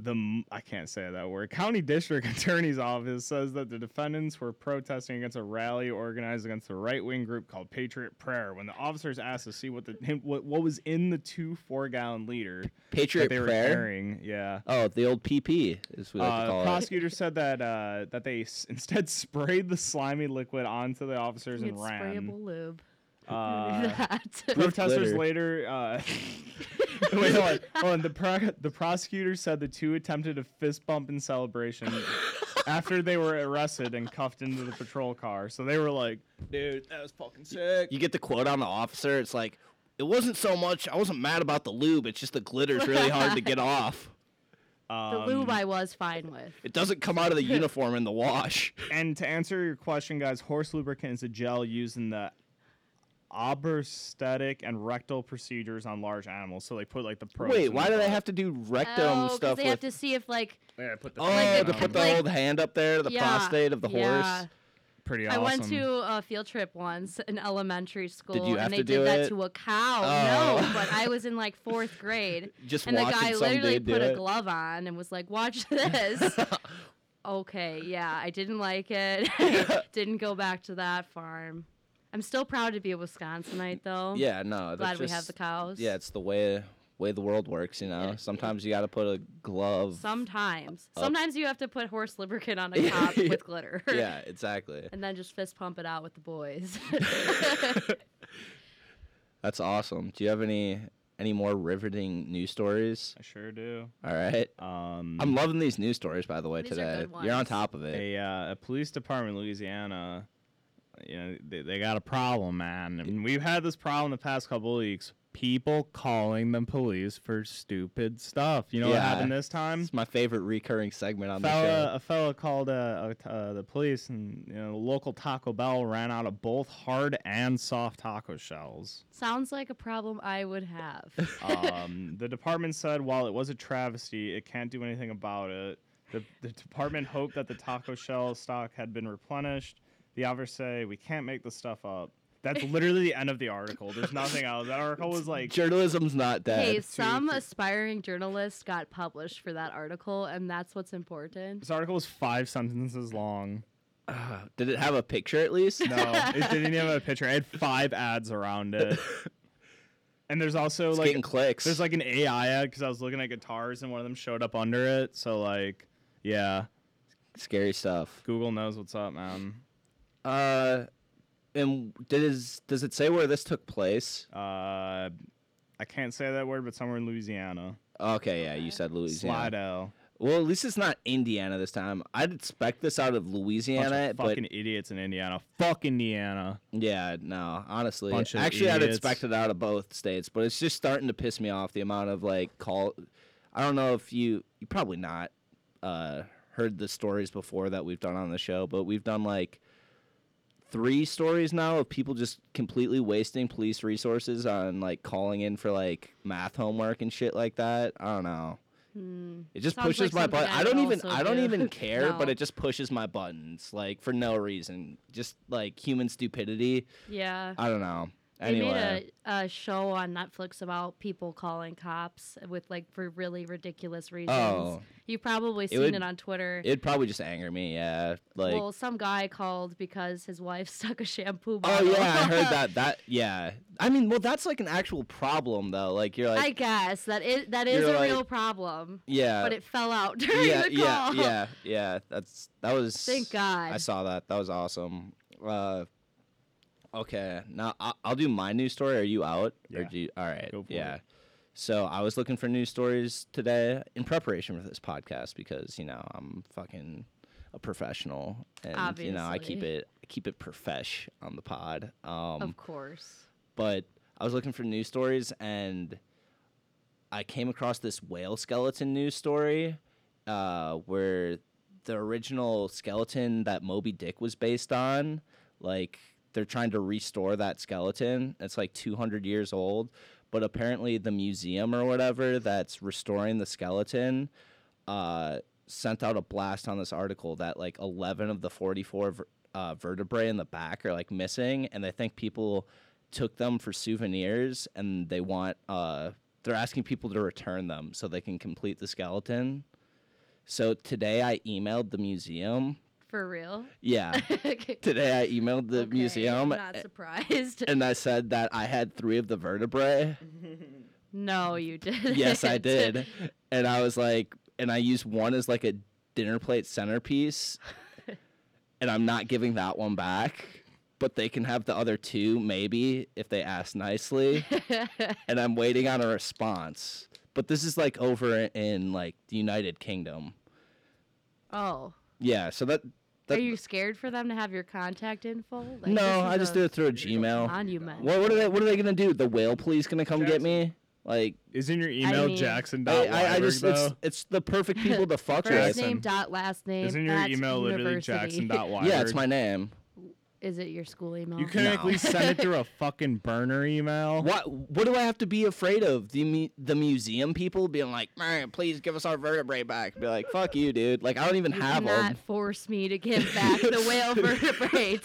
S4: the m- I can't say that word. County District Attorney's Office says that the defendants were protesting against a rally organized against the right wing group called Patriot Prayer. When the officers asked to see what the him- what, what was in the two four gallon liter
S3: Patriot
S4: that they were
S3: prayer.
S4: carrying, yeah.
S3: Oh, the old PP is what we like to
S4: Uh,
S3: call it.
S4: prosecutor said that uh, that they s- instead sprayed the slimy liquid onto the officers
S5: It's
S4: and ran.
S5: sprayable lube.
S4: Uh,
S5: that.
S4: protesters
S3: glitter.
S4: later. Uh, wait, hold on. Hold on. The, pro- the prosecutor said the two attempted a fist bump in celebration after they were arrested and cuffed into the patrol car. So they were like, "Dude, that was fucking sick."
S3: You get the quote on the officer. It's like it wasn't so much. I wasn't mad about the lube. It's just the glitter's really hard to get off.
S5: the
S4: Um,
S5: lube I was fine with.
S3: It doesn't come out of the uniform in the wash.
S4: and to answer your question, guys, horse lubricant is a gel used in the obstetric and rectal procedures on large animals. So they put like the probes
S3: Wait,
S4: in
S3: why
S4: the
S3: do they
S4: butt.
S3: have to do rectum
S5: Oh, 'cause
S3: stuff
S5: they
S3: with?
S5: have to see if like
S4: Yeah, put the
S3: oh,
S4: thing
S5: like
S4: in
S3: to
S5: the
S4: them.
S3: put the
S5: like-
S3: old hand up there, the
S5: yeah,
S3: prostate of the
S5: yeah.
S3: horse.
S4: pretty
S5: I
S4: awesome.
S5: went to a field trip once in elementary school,
S3: you have
S5: and they
S3: to do
S5: did that
S3: it?
S5: to a cow.
S3: Oh.
S5: No, but I was in like fourth grade,
S3: Just
S5: and the
S3: watching
S5: guy
S3: some
S5: literally
S3: dude do
S5: put a
S3: it.
S5: glove on and was like, "Watch this." okay, yeah, I didn't like it. didn't go back to that farm. I'm still proud to be a Wisconsinite, though.
S3: Yeah, no.
S5: glad
S3: that's
S5: we have the
S3: just-
S5: cows.
S3: Yeah, it's the way way the world works, you know. Sometimes you got to put a glove.
S5: Sometimes, sometimes you have to put horse lubricant on a cop with glitter.
S3: Yeah, exactly.
S5: And then just fist pump it out with the boys.
S3: That's awesome. Do you have any any more riveting news stories?
S4: I sure do.
S3: All right.
S4: Um,
S3: I'm loving these news stories by the way
S5: These are
S3: today.
S5: good
S3: You're on
S5: ones.
S3: top of it.
S4: a, uh, a police department in Louisiana, you know, they, they got a problem, man. And we've had this problem the past couple of weeks. People calling them police for stupid stuff. You know what
S3: Yeah.
S4: happened this time?
S3: It's my favorite recurring segment on
S4: fella, a fella called uh, uh, uh, the police, and you know, the local Taco Bell ran out of both hard and soft taco shells.
S5: Sounds like a problem I would have.
S4: um, the department said while it was a travesty, it can't do anything about it. The, the department hoped that the taco shell stock had been replenished. The others say we can't make this stuff up. That's literally the end of the article. There's nothing else. That article was
S3: the
S4: like,
S3: show. Journalism's not dead.
S5: Hey, some aspiring journalist got published for that article, and that's what's important.
S4: this article was five sentences long.
S3: Did it have a picture at least?
S4: No, it didn't even have a picture. I had five ads around it. And there's also
S3: It's
S4: like
S3: getting clicks.
S4: There's like an AI ad because I was looking at guitars and one of them showed up under it. So like, yeah,
S3: scary stuff.
S4: Google knows what's up, man.
S3: Uh and did is, does it say where this took place?
S4: Uh, I can't say that word, but somewhere in Louisiana.
S3: Okay, yeah, you said Louisiana.
S4: Slido.
S3: Well, at least it's not Indiana this time. I'd expect this out of
S4: Bunch
S3: Louisiana,
S4: of
S3: but
S4: fucking idiots in Indiana. Fuck Indiana.
S3: yeah, no, honestly,
S4: Bunch of
S3: actually, I'd
S4: idiots.
S3: expect it out of both states, but it's just starting to piss me off the amount of like call. I don't know if you you probably not uh, heard the stories before that we've done on the show, but we've done like three stories now of people just completely wasting police resources on like calling in for like math homework and shit like that. I don't know. It just
S5: Hmm. Sounds
S3: pushes
S5: like
S3: my
S5: something
S3: button.
S5: I
S3: I don't
S5: would
S3: even
S5: also
S3: I don't
S5: do.
S3: even care, but
S5: No.
S3: it just pushes my buttons like for no reason. Just like human stupidity.
S5: Yeah.
S3: I don't know.
S5: They
S3: Anyway,
S5: made a, a show on Netflix about people calling cops with like for really ridiculous reasons.
S3: Oh.
S5: You've probably seen
S3: would-
S5: it on Twitter.
S3: it'd probably just anger me. Yeah, like
S5: well, some guy called because his wife stuck a shampoo
S3: oh
S5: bottle.
S3: yeah, I heard that. That yeah. I mean, well, that's like an actual problem though. Like you're like
S5: I guess that is that is
S3: You're
S5: a
S3: like-
S5: real problem,
S3: yeah,
S5: but it fell out during
S3: yeah,
S5: the
S3: yeah,
S5: call.
S3: yeah, yeah. That's that was.
S5: Thank God.
S3: I saw that. That was awesome. Uh, okay, now I- I'll do my news story. Are you out? Or
S4: Yeah.
S3: do you, all right.
S4: Go for
S3: yeah.
S4: it.
S3: So I was looking for news stories today in preparation for this podcast because you know I'm fucking a professional and you know I keep
S5: Obviously.
S3: it I keep it profesh on the pod. Um,
S5: Of course.
S3: but I was looking for news stories and I came across this whale skeleton news story uh, where the original skeleton that Moby Dick was based on, like they're trying to restore that skeleton. It's like 200 years old, but apparently the museum or whatever that's restoring the skeleton uh, sent out a blast on this article that like 11 of the 44 ver- uh, vertebrae in the back are like missing, and they think people took them for souvenirs, and they want uh, they're asking people to return them so they can complete the skeleton. So today I emailed the museum.
S5: For real?
S3: Yeah, today I emailed the
S5: Okay,
S3: museum
S5: I'm not
S3: a-
S5: surprised.
S3: and I said that I had three of the vertebrae.
S5: no, you did.
S3: yes, I did. And I was like, and I used one as like a dinner plate centerpiece, and I'm not giving that one back. But they can have the other two, maybe, if they ask nicely. and I'm waiting on a response. But this is like over in like the United Kingdom.
S5: oh,
S3: Yeah, so that. that
S5: are you scared for them to have your contact info? Like, this
S3: no,
S5: is
S3: I just
S5: a
S3: do it through a Gmail.
S5: Monument.
S3: What, what are they? What are they gonna do? The whale police gonna come get me? Like
S4: Is in your email
S5: mean-
S4: Jackson.
S3: I,
S4: Dot
S3: I, I just it's,
S4: though?
S3: it's the perfect people to fuck
S5: First
S3: with.
S4: Jackson.
S5: name dot last name.
S4: Isn't your
S5: at
S4: email literally
S5: university.
S4: Jackson. Dot Weiberg?
S3: Yeah, it's my name.
S5: Is it your school email?
S4: You could at
S3: No.
S4: least send it through a fucking burner email.
S3: What what do I have to be afraid of? The mu- the museum people being like, "Man, please give us our vertebrae back." Be like, "Fuck you, dude!" Like I don't even
S5: You
S3: have
S5: cannot
S3: them.
S5: force me to give back the whale vertebrae.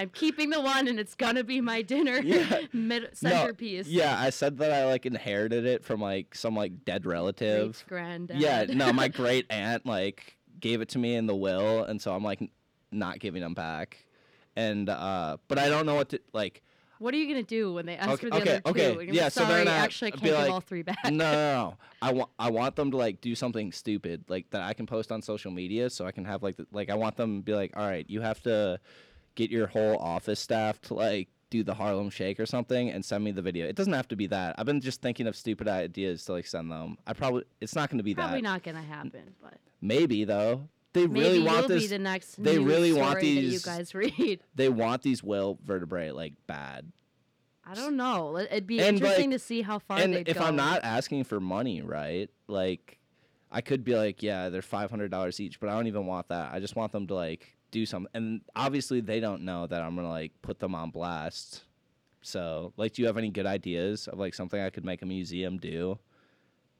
S5: I'm keeping the one, and it's gonna be my dinner
S3: Yeah.
S5: mid-
S3: No,
S5: centerpiece.
S3: yeah, I said that I like inherited it from like some like dead relative.
S5: Great granddad.
S3: Yeah, no, my great aunt like gave it to me in the will, and so I'm like n- not giving them back. And uh, but I don't know what to like.
S5: What are you gonna do when they ask
S3: Okay,
S5: for the
S3: okay,
S5: other two?
S3: okay,
S5: And you're like,
S3: yeah, so
S5: Sorry,
S3: they're not-
S5: actually, I
S3: be
S5: can't give
S3: like,
S5: all three back.
S3: no, no, no. I want I want them to like do something stupid like that I can post on social media so I can have like the, like I want them to be like, "All right, you have to get your whole office staff to like do the Harlem Shake or something and send me the video." It doesn't have to be that. I've been just thinking of stupid ideas to like send them. I probably it's not going to be
S5: Probably
S3: that.
S5: not gonna happen, but
S3: Maybe though. They
S5: maybe
S3: really want
S5: you'll
S3: this
S5: be the next.
S3: they
S5: news
S3: really want
S5: story that you
S3: these-
S5: guys read.
S3: they want these whale vertebrae like bad.
S5: I don't know. Let- It'd be
S3: And,
S5: interesting
S3: like-
S5: to see how far
S3: and
S5: they'd
S3: if
S5: go.
S3: I'm not asking for money, right? Like, I could be like, yeah, they're five hundred dollars each, but I don't even want that. I just want them to like do something. And obviously, they don't know that I'm gonna like put them on blast. So, like, do you have any good ideas of like something I could make a museum do?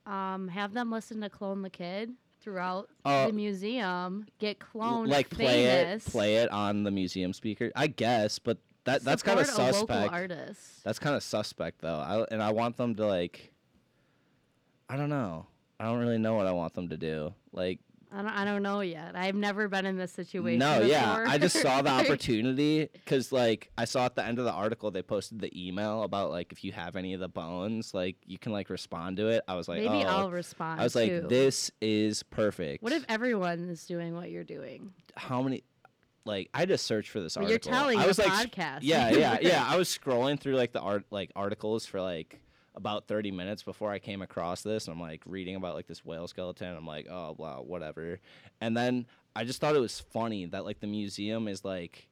S5: um, have them listen to Clone the Kid throughout
S3: Uh,
S5: the museum. Get
S3: L-
S5: cloned,
S3: like, play
S5: famous.
S3: it, play it on the museum speaker, I guess. But that that's kind of
S5: Support a local
S3: suspect.
S5: artist.
S3: That's kind of suspect, though. I, and I want them to like, I don't know. I don't really know what I want them to do. Like,
S5: I don't, I don't know yet. I've never been in this situation.
S3: No, yeah, I just saw the
S5: before.
S3: opportunity because, like, I saw at the end of the article they posted the email about like if you have any of the bones, like you can like respond to it. I was like,
S5: Maybe
S3: oh,
S5: I'll respond.
S3: I was
S5: too.
S3: like, this is perfect.
S5: What if everyone is doing what you're doing?
S3: how many? Like, I just searched for this
S5: Well, you're
S3: article.
S5: telling
S3: I
S5: the
S3: was like, s-
S5: podcast.
S3: yeah, yeah, yeah. I was scrolling through like the art, like articles for like about 30 minutes before I came across this. And I'm like reading about like this whale skeleton. I'm like, oh, wow, whatever. And then I just thought it was funny that like the museum is like,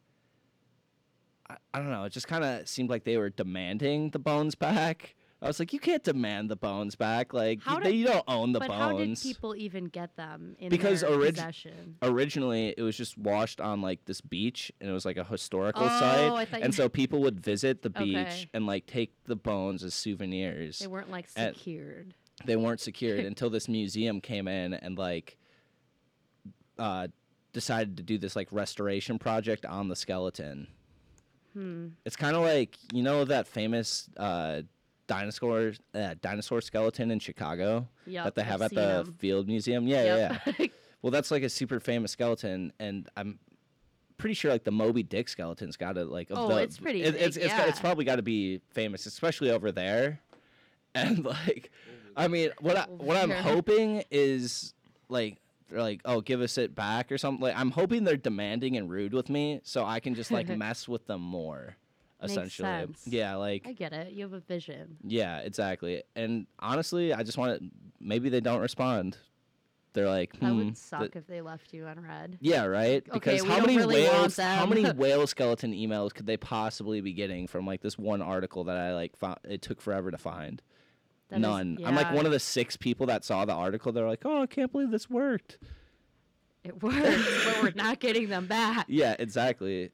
S3: I, I don't know. It just kind of seemed like they were demanding the bones back. I was like, you can't demand the bones back. Like,
S5: How
S3: you,
S5: did-
S3: they, you don't own the
S5: but how did
S3: bones.
S5: people even get them in
S3: Because
S5: their
S3: orig-
S5: possession?
S3: Originally, it was just washed on like this beach, and it was like a historical
S5: Oh,
S3: site.
S5: I thought you
S3: and so people would visit the beach
S5: Okay.
S3: and like take the bones as souvenirs.
S5: They weren't like
S3: at-
S5: secured.
S3: they weren't secured until this museum came in and like uh, decided to do this like restoration project on the skeleton.
S5: Hmm.
S3: It's kind of like you know that famous uh, dinosaur uh, dinosaur skeleton in Chicago
S5: Yep,
S3: that they
S5: I've
S3: have at
S5: seen
S3: the
S5: 'em.
S3: Field Museum. Yeah, yeah, yeah.
S5: Yep.
S3: Well, that's like a super famous skeleton, and I'm pretty sure like the Moby Dick skeleton's got to like. of
S5: Oh,
S3: the-
S5: it's pretty
S3: It, it's,
S5: big,
S3: it's got- it's
S5: yeah.
S3: probably got to be famous, especially over there. And like, I mean, what I,
S5: Over
S3: what I'm
S5: there.
S3: hoping is like they're like, oh, give us it back or something. Like, I'm hoping they're demanding and rude with me, so I can just like mess with them more.
S5: Makes
S3: Essentially,
S5: sense.
S3: yeah, like
S5: I get it. You have a vision.
S3: yeah, exactly. And honestly, I just want to. Maybe they don't respond. They're like,
S5: That
S3: hmm,
S5: would suck
S3: th-
S5: if they left you unread.
S3: yeah, right. Because
S5: we
S3: how
S5: don't
S3: many
S5: really want
S3: whales? How many
S5: them.
S3: whale skeleton emails could they possibly be getting from like this one article that I like? Found, it took forever to find.
S5: That is-
S3: None. I'm like
S5: yeah,
S3: one of the six people that saw the article. They're like, oh, I can't believe this worked.
S5: It works, but we're not getting them back.
S3: Yeah, exactly.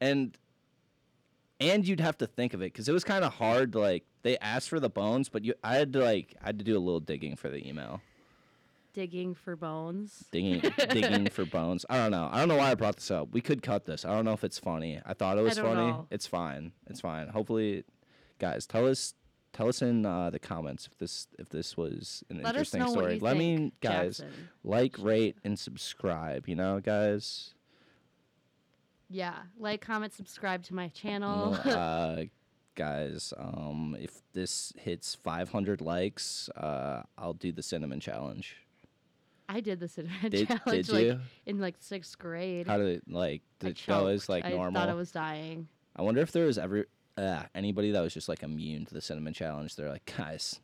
S3: And and you'd have to think of it because it was kind of hard. Like they asked for the bones, but you, I had to like I had to do a little digging for the email,
S5: Digging for bones.
S3: digging digging for bones. I don't know. I don't know why I brought this up. We could cut this. I don't know if it's funny. I thought it was
S5: don't
S3: funny.
S5: know.
S3: It's fine. It's fine. Hopefully, guys, tell us tell us in uh, the comments if this if this was an
S5: Let us
S3: interesting
S5: know
S3: story.
S5: what you
S3: Let me
S5: think,
S3: guys
S5: Jackson.
S3: like, rate, and subscribe. You know, guys.
S5: Yeah. Like, comment, subscribe to my
S3: Well,
S5: channel.
S3: uh, guys, um, if this hits 500 likes, uh, I'll do the cinnamon challenge.
S5: I did this in a
S3: Did-
S5: challenge
S3: did
S5: like
S3: you?
S5: in like sixth grade.
S3: How did it like?
S5: I
S3: Did it go as
S5: choked.
S3: like
S5: I thought I
S3: normal?
S5: was dying.
S3: I wonder if there was ever uh, anybody that was just like immune to the cinnamon challenge. They're like, guys,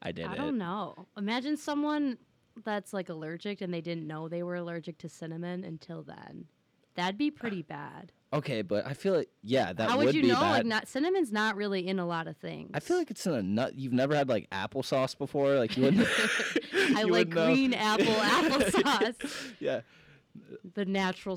S3: I did
S5: I
S3: it.
S5: don't know. Imagine someone that's like allergic and they didn't know they were allergic to cinnamon until then. That'd be pretty bad.
S3: Okay, but I feel like yeah, that
S5: How
S3: would
S5: would you
S3: be
S5: know?
S3: bad.
S5: Like, not cinnamon's not really in a lot of things.
S3: I feel like it's in a nut. You've never had like applesauce before. Like you wouldn't.
S5: I
S3: you
S5: like
S3: wouldn't know.
S5: green apple applesauce,
S3: Yeah.
S5: the natural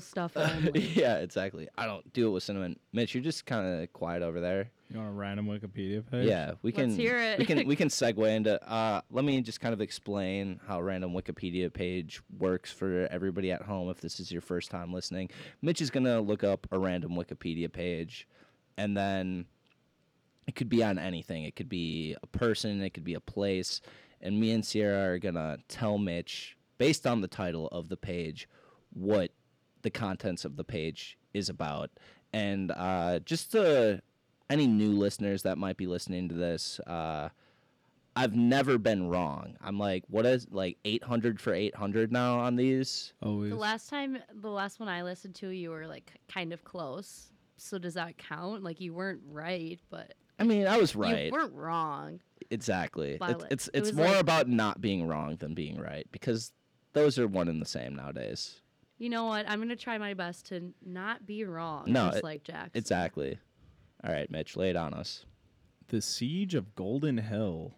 S5: stuff only.
S3: yeah, exactly. I don't do it with cinnamon. Mitch, you're just kind of quiet over there.
S4: You want a random Wikipedia page?
S3: Yeah, we can
S5: Let's hear it.
S3: We can we can segue into. Uh, let me just kind of explain how a random Wikipedia page works for everybody at home. If this is your first time listening, Mitch is gonna look up a random Wikipedia page, and then it could be on anything. It could be a person. It could be a place. And me and Sierra are gonna tell Mitch based on the title of the page what the contents of the page is about. And uh, just to any new listeners that might be listening to this, uh, I've never been wrong. I'm like, what is like 800 for 800 now on these?
S4: Always.
S5: The last time, the last one I listened to, you were like kind of close. So does that count? Like you weren't right, but
S3: I mean, I was right.
S5: you weren't wrong.
S3: Exactly.
S5: by
S3: It's-
S5: like-
S3: it's
S5: it
S3: it's
S5: was
S3: more
S5: like-
S3: about not being wrong than being right because those are one and the same nowadays.
S5: You know what? I'm gonna try my best to n- not be wrong.
S3: No,
S5: just
S3: it-
S5: like Jack.
S3: Exactly. All right, Mitch, lay it on us.
S4: the Siege of Golden Hill.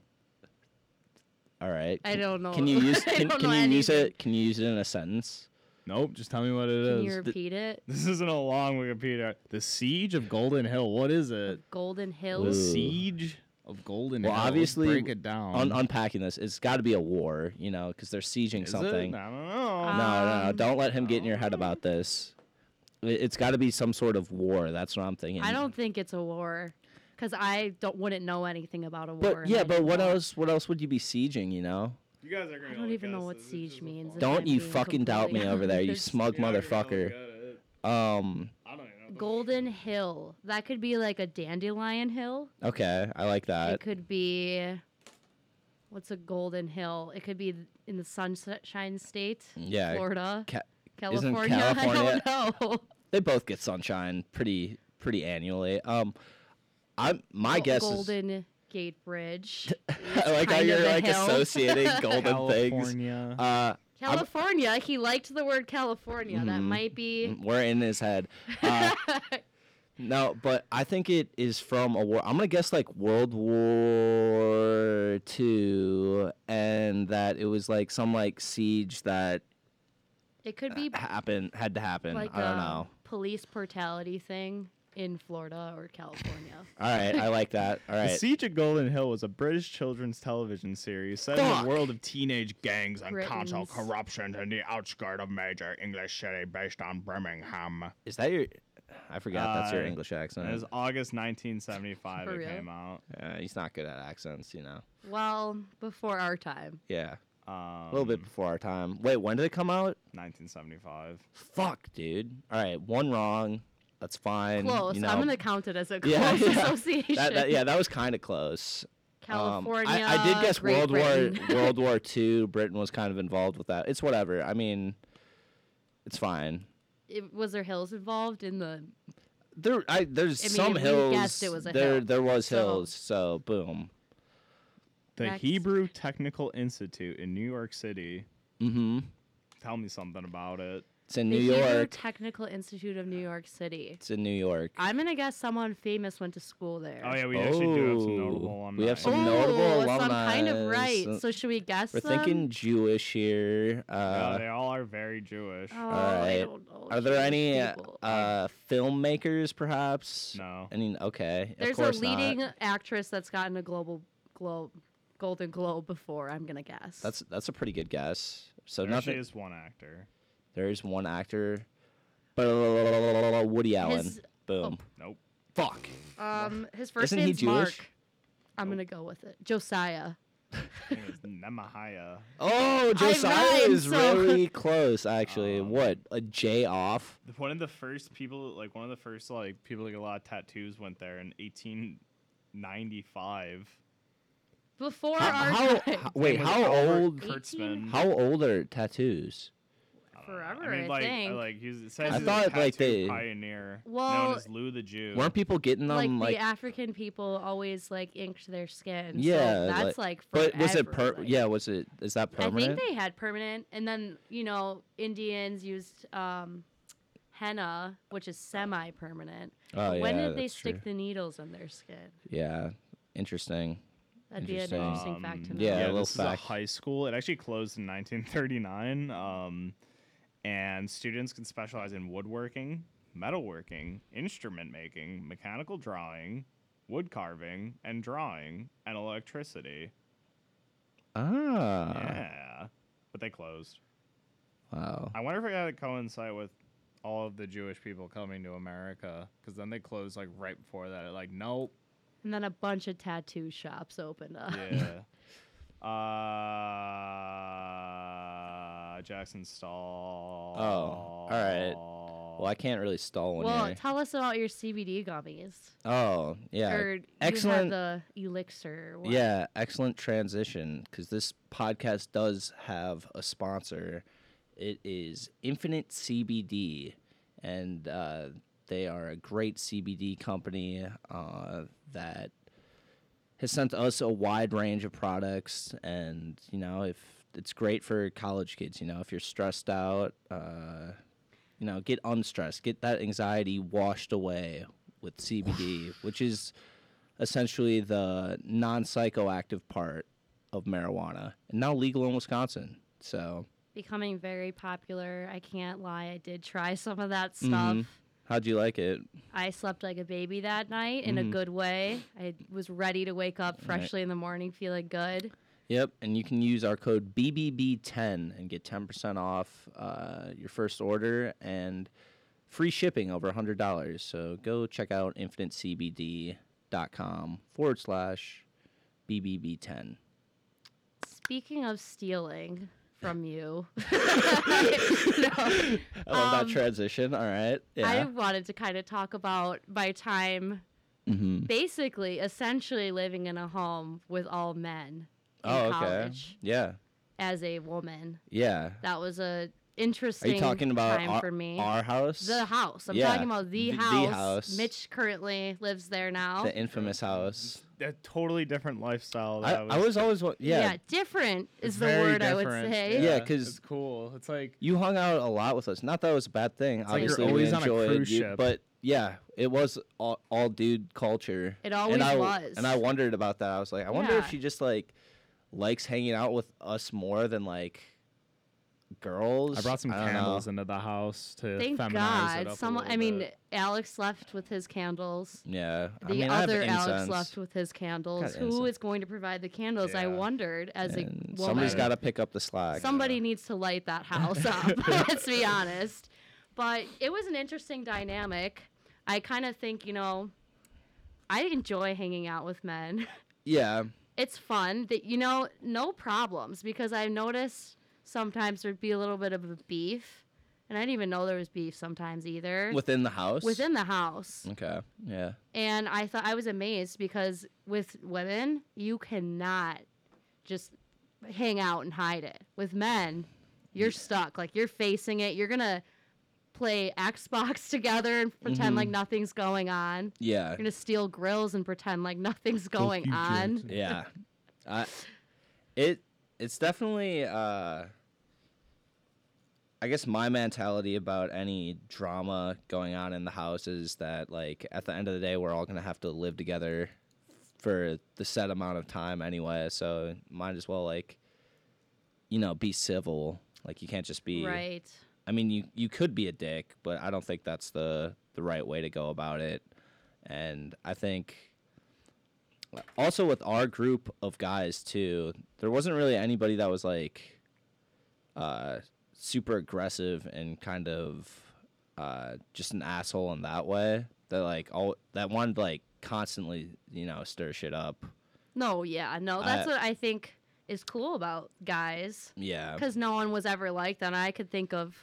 S3: All right.
S5: I
S3: Can-
S5: don't know.
S3: Can you use
S5: I
S3: can,
S5: don't
S3: can
S5: know
S3: you use
S5: anything.
S3: it? Can you use it in a sentence?
S4: Nope, just tell me what it
S5: Can
S4: is.
S5: you repeat it?
S4: This isn't a long Wikipedia. The Siege of Golden Hill. What is it?
S5: Golden
S4: The
S5: Hills.
S3: Ooh.
S4: Siege of Golden
S3: Well,
S4: Hill. Let's
S3: obviously,
S4: break it down.
S3: Un- unpacking this, it's got to be a war, you know, because they're sieging
S4: Is it?
S3: something.
S4: I don't know.
S5: Uh,
S3: No, no, no,
S5: Um,
S3: don't let him get in your head about this. I- It's got to be some sort of war. That's what I'm thinking.
S5: I don't think it's a war, because I don't wouldn't know anything about a war.
S3: But
S5: and
S3: yeah,
S5: I
S3: but
S5: didn't
S3: what
S5: know.
S3: else? What else would you be sieging? You know?
S4: you guys are gonna
S5: I don't
S4: look
S5: even
S4: at
S5: know
S4: this.
S5: what
S4: This is
S5: siege
S4: just a
S5: means.
S4: fun-
S5: if
S3: Don't
S5: I'm
S3: you
S5: being
S3: fucking doubt me
S5: completely
S3: over there, you
S5: honest.
S3: smug
S4: You're not gonna look
S3: motherfucker.
S4: at it.
S3: Um.
S4: I don't even know.
S5: Golden Hill. That could be like a dandelion hill.
S3: Okay, I like that.
S5: It could be. What's a golden hill? It could be in the sunshine state,
S3: Mm, Yeah.
S5: Florida,
S3: Ca- isn't
S5: California. I don't know.
S3: they both get sunshine pretty pretty annually. Um, I'm my
S5: Go-
S3: guess is
S5: Golden Gate Bridge.
S3: I like how
S5: kind of
S3: you're
S5: a
S3: like
S5: hill.
S3: associating golden things.
S4: California.
S3: Uh,
S5: California. He liked the word California. That
S3: Mhm.
S5: might be.
S3: we're in his head. Uh, No, but I think it is from a war. I'm gonna guess like World War Two, and that it was like some like siege that
S5: it could be
S3: happened had to happen.
S5: like
S3: uh,
S5: um,
S3: I don't
S5: a
S3: know.
S5: police brutality thing in Florida or California.
S3: All right, I like that. All
S4: The
S3: right,
S4: Siege of Golden Hill was a British children's television series set in
S3: Fuck.
S4: a world of teenage gangs and console
S5: Britons.
S4: corruption in the outskirts of major English city based on Birmingham.
S3: is that your? I forgot that's your
S4: Uh,
S3: English accent.
S4: It was August 1975
S5: For
S4: it
S5: real?
S4: came out.
S3: Uh, he's not good at accents, you know.
S5: well, before our time.
S3: Yeah,
S4: Um,
S3: a little bit before our time. Wait, when did it come out?
S4: 1975.
S3: Fuck, dude. All right, one wrong. That's fine.
S5: Close.
S3: You know,
S5: I'm gonna count it as a close
S3: Yeah, yeah.
S5: association.
S3: that, that, yeah, that was kind of close. Um,
S5: California.
S3: I, I did guess
S5: Great
S3: World
S5: Britain.
S3: War World War Two. Britain was kind of involved with that. It's whatever. I mean, it's fine.
S5: It- was there hills involved in the?
S3: There, I, there's
S5: I mean,
S3: some
S5: we
S3: hills.
S5: guessed it was a
S3: there,
S5: hill,
S3: there was
S5: so-
S3: hills. So boom.
S4: The
S5: Next.
S4: Hebrew Technical Institute in New York City
S3: Mm-hmm.
S4: Tell me something about it.
S3: It's in
S5: The
S3: New
S5: Hebrew
S3: York.
S5: Technical Institute of New York City.
S3: It's in New York.
S5: I'm gonna guess someone famous went to school there.
S4: Oh yeah, we actually do have some
S3: Oh,
S4: notable alumni.
S3: we have some
S5: Oh,
S3: notable
S5: so I'm kind of
S3: alumni,
S5: right.
S3: so-
S5: So should we guess?
S3: We're
S5: them?
S3: thinking Jewish here.
S4: Yeah,
S3: Uh,
S4: they all are very Jewish.
S5: Oh,
S3: right.
S5: I don't know.
S3: are there
S5: Jewish
S3: any uh,
S5: people.
S3: uh, filmmakers, perhaps?
S4: no.
S3: I mean, okay. of
S5: There's a
S3: course
S5: leading
S3: Not.
S5: actress that's gotten a global globe, Golden Globe before. I'm gonna guess.
S3: That's that's a pretty good guess. So
S4: There actually
S3: nothing.
S4: is one actor.
S3: There is one actor. But Woody Allen.
S5: His- Oh.
S3: Boom.
S4: Nope.
S3: Fuck.
S5: um his 1st
S3: Isn't he
S5: name's
S3: Jewish?
S5: Mark. I'm
S4: Nope.
S5: gonna go with it. Josiah.
S4: His name is Nemahaya.
S3: Oh, Josiah
S5: rhymed,
S3: is
S5: so-
S3: really close, actually.
S4: Um,
S3: what? A J off?
S4: The- One of the first people, like one of the first like people that got a lot of tattoos went there in 1895.
S5: Before
S3: How,
S5: our
S3: how,
S5: time.
S3: how- wait,
S4: Name was
S3: how
S4: Albert
S3: old?
S4: Kurtzman.
S3: How old are tattoos?
S4: I don't know.
S5: Forever,
S4: I, mean,
S5: I
S4: like,
S5: think.
S4: like he's, it says
S5: I
S4: he's a
S3: thought, like,
S4: tattoo
S3: they-
S4: pioneer,
S5: Well,
S4: known as Lou the Jew.
S3: Weren't people getting
S5: like,
S3: them like?
S5: the African people always like inked their skin.
S3: Yeah,
S5: so that's like.
S3: but was it
S5: forever,
S3: per?
S5: like-
S3: Yeah, was it? Is that
S5: I
S3: permanent?
S5: think they had permanent, and then you know Indians used um, henna, which is semi-permanent.
S3: oh yeah.
S5: when did they
S3: that's
S5: stick
S3: true.
S5: the needles in their skin?
S3: Yeah, interesting.
S5: That'd be an
S3: Interesting.
S5: interesting fact to
S4: Um,
S5: know.
S3: Yeah, a little
S4: this
S3: fact.
S4: is a high school. It actually closed in 1939, um, and students can specialize in woodworking, metalworking, instrument making, mechanical drawing, wood carving, and drawing, and electricity.
S3: Ah,
S4: yeah, but they closed.
S3: wow.
S4: I wonder if it got to coincide with all of the Jewish people coming to America, because then they closed like right before that. Like, nope.
S5: And then a bunch of tattoo shops opened up.
S4: Yeah. uh, Jackson Stall.
S3: all right. Well, I can't really stall one
S5: Well,
S3: here.
S5: tell us about your CBD gummies.
S3: oh yeah,
S5: Or
S3: excellent.
S5: You had the elixir. or what?
S3: Yeah, excellent transition because this podcast does have a sponsor. It is Infinite CBD, and uh, they are a great CBD company uh, that has sent us a wide range of products. And you know, if it's great for college kids, you know, if you're stressed out, uh, you know, get unstressed, get that anxiety washed away with CBD, which is essentially the non psychoactive part of marijuana, and now legal in Wisconsin. So,
S5: Becoming very popular. I can't lie. I did try some of that stuff.
S3: Mhm. how'd you like it?
S5: I slept like a baby that night
S3: Mm.
S5: in a good way. I was ready to wake up freshly in the morning feeling good.
S3: Yep, and you can use our code BBB10 and get 10% off uh, your first order and free shipping over $100. So go check out infinitecbd.com forward slash BBB10.
S5: Speaking of stealing from you,
S3: I love
S5: Um,
S3: that transition. All right.
S5: I
S3: Yeah.
S5: wanted to kind of talk about my time
S3: hmm
S5: basically essentially living in a home with all men in
S3: Oh, okay.
S5: college
S3: Yeah.
S5: as a woman.
S3: Yeah.
S5: That was a
S3: Are
S5: interesting
S3: you talking about
S5: time
S3: our,
S5: for me.
S3: our house?
S5: the house. I'm
S3: Yeah,
S5: talking about the,
S3: the- the
S5: house.
S3: house.
S5: Mitch currently lives there now.
S3: the infamous house.
S4: a totally different lifestyle.
S3: I,
S4: That
S3: I was always wa- yeah,
S5: different is the
S4: very
S5: word I would
S4: different,
S5: say.
S3: Yeah, 'cause-
S4: it's cool. It's like
S3: You hung out a lot with us. Not that it was a bad thing.
S4: like you're
S3: Obviously,
S4: always
S3: we
S4: on a
S3: enjoyed
S4: cruise
S3: you,
S4: ship.
S3: but yeah, it was all, all dude culture.
S5: It always
S3: and I,
S5: was.
S3: And I wondered about that. I was like, I wonder if
S5: Yeah.
S3: she just like likes hanging out with us more than like girls.
S4: I brought some
S3: don't know.
S4: candles into the house to
S5: Thank
S4: feminize it
S5: God.
S4: up
S5: Someone
S4: A
S5: I mean, Alex left with his candles.
S3: Yeah,
S5: The
S3: I mean, I have
S5: other Alex
S3: incense,
S5: left with his
S3: Got
S5: candles. Who is
S3: incense.
S5: going to provide the candles? I
S4: Yeah.
S5: wondered as a
S3: and
S5: woman.
S3: somebody's got to pick up the slack.
S5: Somebody needs to light that house up. let's be honest. But it was an interesting dynamic. I kind of think, you know, I enjoy hanging out with men.
S3: yeah,
S5: it's fun that you know no problems because I noticed sometimes there'd be a little bit of a beef, and I didn't even know there was beef sometimes either
S3: within the house. Mm.
S5: within the house.
S3: Okay. Yeah.
S5: And I thought I was amazed because with women you cannot just hang out and hide it. With men, you're stuck. Like you're facing it. You're gonna play Xbox together and pretend like
S3: Mm-hmm.
S5: nothing's going on.
S3: Yeah.
S5: You're gonna steal grills and pretend like nothing's going on.
S3: yeah I, it it's definitely uh I guess my mentality about any drama going on in the house is that like at the end of the day we're all gonna have to live together for the set amount of time anyway, so might as well like you know, be civil. Like you can't just be
S5: Right.
S3: I mean you, you could be a dick, but I don't think that's the the right way to go about it. And I think also with our group of guys too, there wasn't really anybody that was like uh, super aggressive and kind of uh, just an asshole in that way. That like all that wanted to, like constantly you know stir shit up.
S5: No, yeah, no. That's
S3: I-
S5: what I think is cool about guys,
S3: Yeah,
S5: because no one was ever like that. I could think of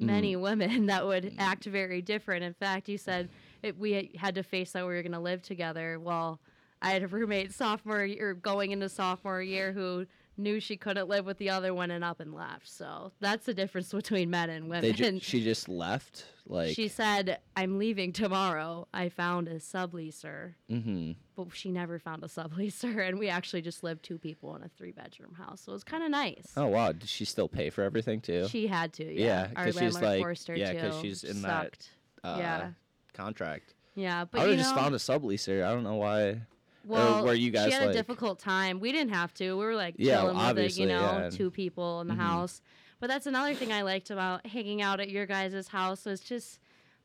S3: Mm.
S5: many women that would act very different. In fact, you said it, we had to face that we were going to live together. Well, I had a roommate sophomore year, going into sophomore year, who knew she couldn't live with the other one and up and left. So that's the difference between men and women.
S3: they ju- she just left. Like
S5: she said, "I'm leaving tomorrow. I found a subleaser."
S3: hmm
S5: but she never found a subleaser and we actually just lived two people in a three bedroom house so it was kind of nice
S3: Oh wow, did she still pay for everything too?
S5: she had to
S3: Yeah,
S5: yeah, our
S3: 'cause she's
S5: landlord
S3: like-
S5: forced her
S3: yeah,
S5: to
S3: 'cause she's in that,
S5: sucked. yeah
S3: contract.
S5: yeah
S3: I
S5: but
S3: would
S5: you
S3: have
S5: know,
S3: just found a subleaser. I don't know why.
S5: well
S3: were you guys
S5: she had
S3: like-
S5: a difficult time we didn't have to we were like
S3: Yeah,
S5: chilling with it,
S3: obviously,
S5: you know
S3: yeah. Mm-hmm.
S5: two people in the house but that's another thing i liked about hanging out at your guys' house was just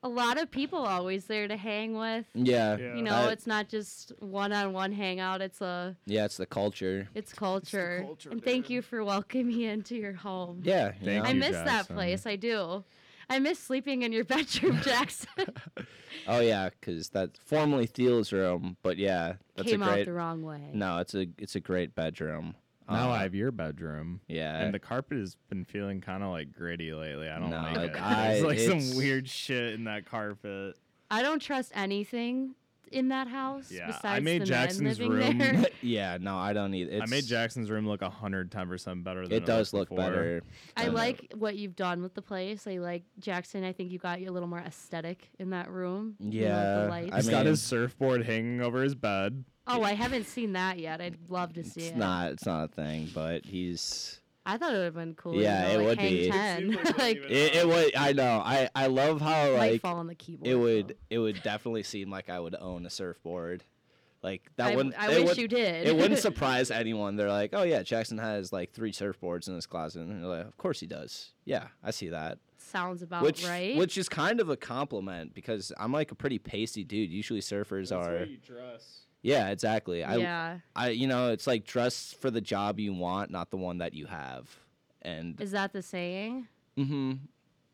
S5: a lot of people always there to hang with
S3: Yeah,
S1: Yeah.
S5: you know
S3: Mm, I-
S5: it's not just one-on-one hangout it's a
S3: yeah, it's the culture.
S5: It's culture.
S1: culture,
S5: and thank
S1: dude.
S5: you for welcoming me into your home.
S3: Yeah, you
S4: Thank
S3: know?
S5: I
S4: you,
S5: miss that
S4: Jackson.
S5: place. I do. I miss sleeping in your bedroom, Jackson.
S3: Oh yeah, because that's formerly Thiel's room, but yeah, that's
S5: Came
S3: a great.
S5: out the wrong way.
S3: No, it's a it's a great bedroom.
S4: Now
S3: Uh,
S4: I have your bedroom.
S3: yeah.
S4: And the carpet has been feeling kind of like gritty lately. I don't
S3: No,
S4: like
S3: like,
S4: it.
S3: I-
S4: There's like
S3: it's-
S4: some weird shit in that carpet.
S5: I don't trust anything in that house
S4: Yeah, I
S5: besides
S4: made
S5: the
S4: Jackson's
S5: men living
S4: room-
S5: there.
S3: yeah, no, I don't need. It's,
S4: I made Jackson's room look 110% better than it,
S3: It does
S4: looked
S3: look
S4: before.
S3: better.
S5: I
S3: than-
S5: like what you've done with the place. I like Jackson. I think you got you a little more aesthetic in that room. You know, with
S3: Yeah,
S5: the lights.
S3: I
S4: He's got
S3: mean-
S4: his surfboard hanging over his bed.
S5: oh, I haven't seen that yet. I'd love to see
S3: It's
S5: it.
S3: not. It's not a thing, but he's.
S5: I thought it would have been cool.
S3: Yeah,
S5: you
S3: it
S5: know,
S3: would
S5: like
S3: be.
S5: hang
S3: It
S1: seems like it
S5: Ten.
S1: would
S5: like,
S1: even-
S3: It, it would. I know. I I love how
S5: might
S3: like
S5: fall on the keyboard.
S3: it would.
S5: though.
S3: It would definitely seem like I would own a surfboard. Like that
S5: I, w-
S3: wouldn't.
S5: I
S3: it
S5: wish
S3: would,
S5: you did.
S3: It wouldn't surprise anyone. They're like, oh yeah, Jackson has like three surfboards in his closet, and they're like, of course he does. Yeah, I see that.
S5: sounds about
S3: which
S5: Oh, right.
S3: which is kind of a compliment because I'm like a pretty pasty dude. Usually surfers are.
S4: dress.
S3: Yeah, exactly. I
S5: yeah,
S3: I you know, it's like dress for the job you want, not the one that you have. And
S5: is that the saying?
S3: mhm,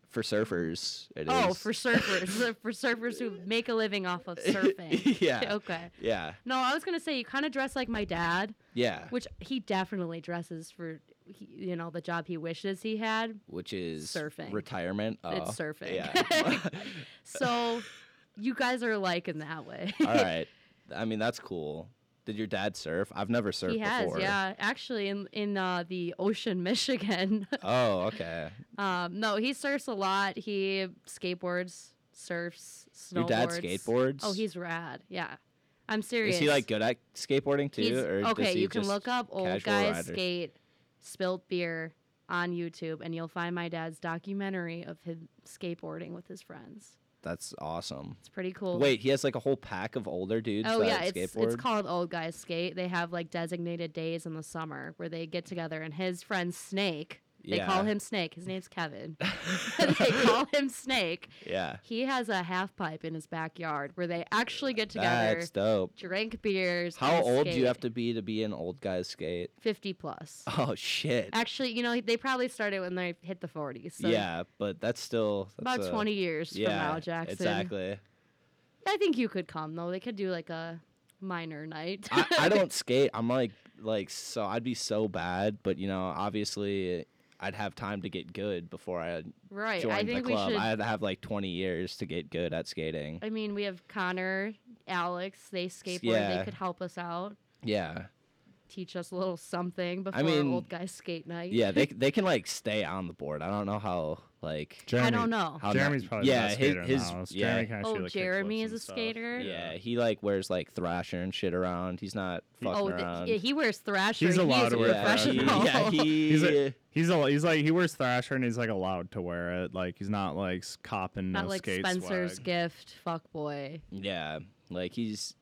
S3: for surfers it is.
S5: Oh, for surfers, for surfers who make a living off of surfing.
S3: Yeah.
S5: Okay.
S3: Yeah.
S5: No, I was gonna say you kind of dress like my dad,
S3: Yeah.
S5: which he definitely dresses for, he, you know, the job he wishes he had.
S3: Which is
S5: Surfing.
S3: Retirement. Oh,
S5: It's surfing.
S3: Yeah.
S5: So, you guys are alike in that way.
S3: All right. I mean that's cool. Did your dad surf? I've never surfed
S5: he has,
S3: before.
S5: yeah. Actually, in in uh, the ocean, Michigan,
S3: Oh, okay.
S5: Um, no, he surfs a lot. He skateboards, surfs, snowboards.
S3: Your dad skateboards?
S5: Oh, he's rad. Yeah, I'm serious.
S3: Is he like good at skateboarding too?
S5: He's-
S3: or does
S5: okay,
S3: he
S5: you can
S3: just-
S5: look up old
S3: casual
S5: guys
S3: rider?
S5: skate, spilt beer on YouTube, and you'll find my dad's documentary of him skateboarding with his friends.
S3: That's awesome.
S5: It's pretty cool.
S3: Wait, he has like a whole pack of older dudes.
S5: Oh
S3: that
S5: yeah, it's
S3: skateboard?
S5: it's called Old Guys Skate. They have like designated days in the summer where they get together, and his friend Snake. They call
S3: Yeah.
S5: him Snake. His name's Kevin. they call him Snake.
S3: Yeah,
S5: He has a half pipe in his backyard where they actually get together,
S3: that's dope.
S5: drink beers.
S3: How
S5: and
S3: old do you have
S5: skate.
S3: to be to be an old guy skate?
S5: Fifty plus.
S3: Oh shit.
S5: Actually, you know they probably started when they hit the forties. So
S3: yeah, but that's still that's
S5: about
S3: a-
S5: twenty years
S3: Yeah,
S5: from now, Jackson.
S3: exactly.
S5: I think you could come though. They could do like a minor night.
S3: I, I don't skate. I'm like like so I'd be so bad, but you know, obviously I'd have time to get good before I
S5: right. I
S3: joined the
S5: think we
S3: club.
S5: should.
S3: I
S5: I...
S3: had to have like 20 years to get good at skating.
S5: mean, we have Connor, Alex. They skateboard.
S3: yeah.
S5: They could help us out.
S3: Yeah.
S5: teach us a little something before
S3: mean,
S5: old guy skate night.
S3: Yeah, they they can like stay on the board. I don't know how like
S5: I
S2: Jeremy-
S5: don't know.
S3: how
S2: Jeremy's
S3: not-
S2: probably
S3: yeah,
S2: the best
S3: his-
S2: skater in
S3: his-
S2: the house.
S3: yeah.
S2: Jeremy can shoot,
S5: Oh,
S2: like, kickflips
S5: Jeremy is
S2: and
S5: a
S2: stuff.
S5: skater?
S3: Yeah, he like wears like Thrasher and shit around. He's not fucking
S5: Oh, th-
S3: around.
S5: yeah, he wears Thrasher.
S2: He's
S5: he
S2: allowed
S5: is
S2: to
S5: a
S2: wear
S3: yeah,
S2: Thrasher.
S3: he,
S5: professional.
S3: yeah, he,
S2: He's a, he's a, he's like he wears thrasher and he's like allowed to wear it. Like he's not like s- copping
S5: Not
S2: no
S5: like
S2: skate
S5: Spencer's
S2: swag.
S5: gift, fuck boy.
S3: yeah, like he's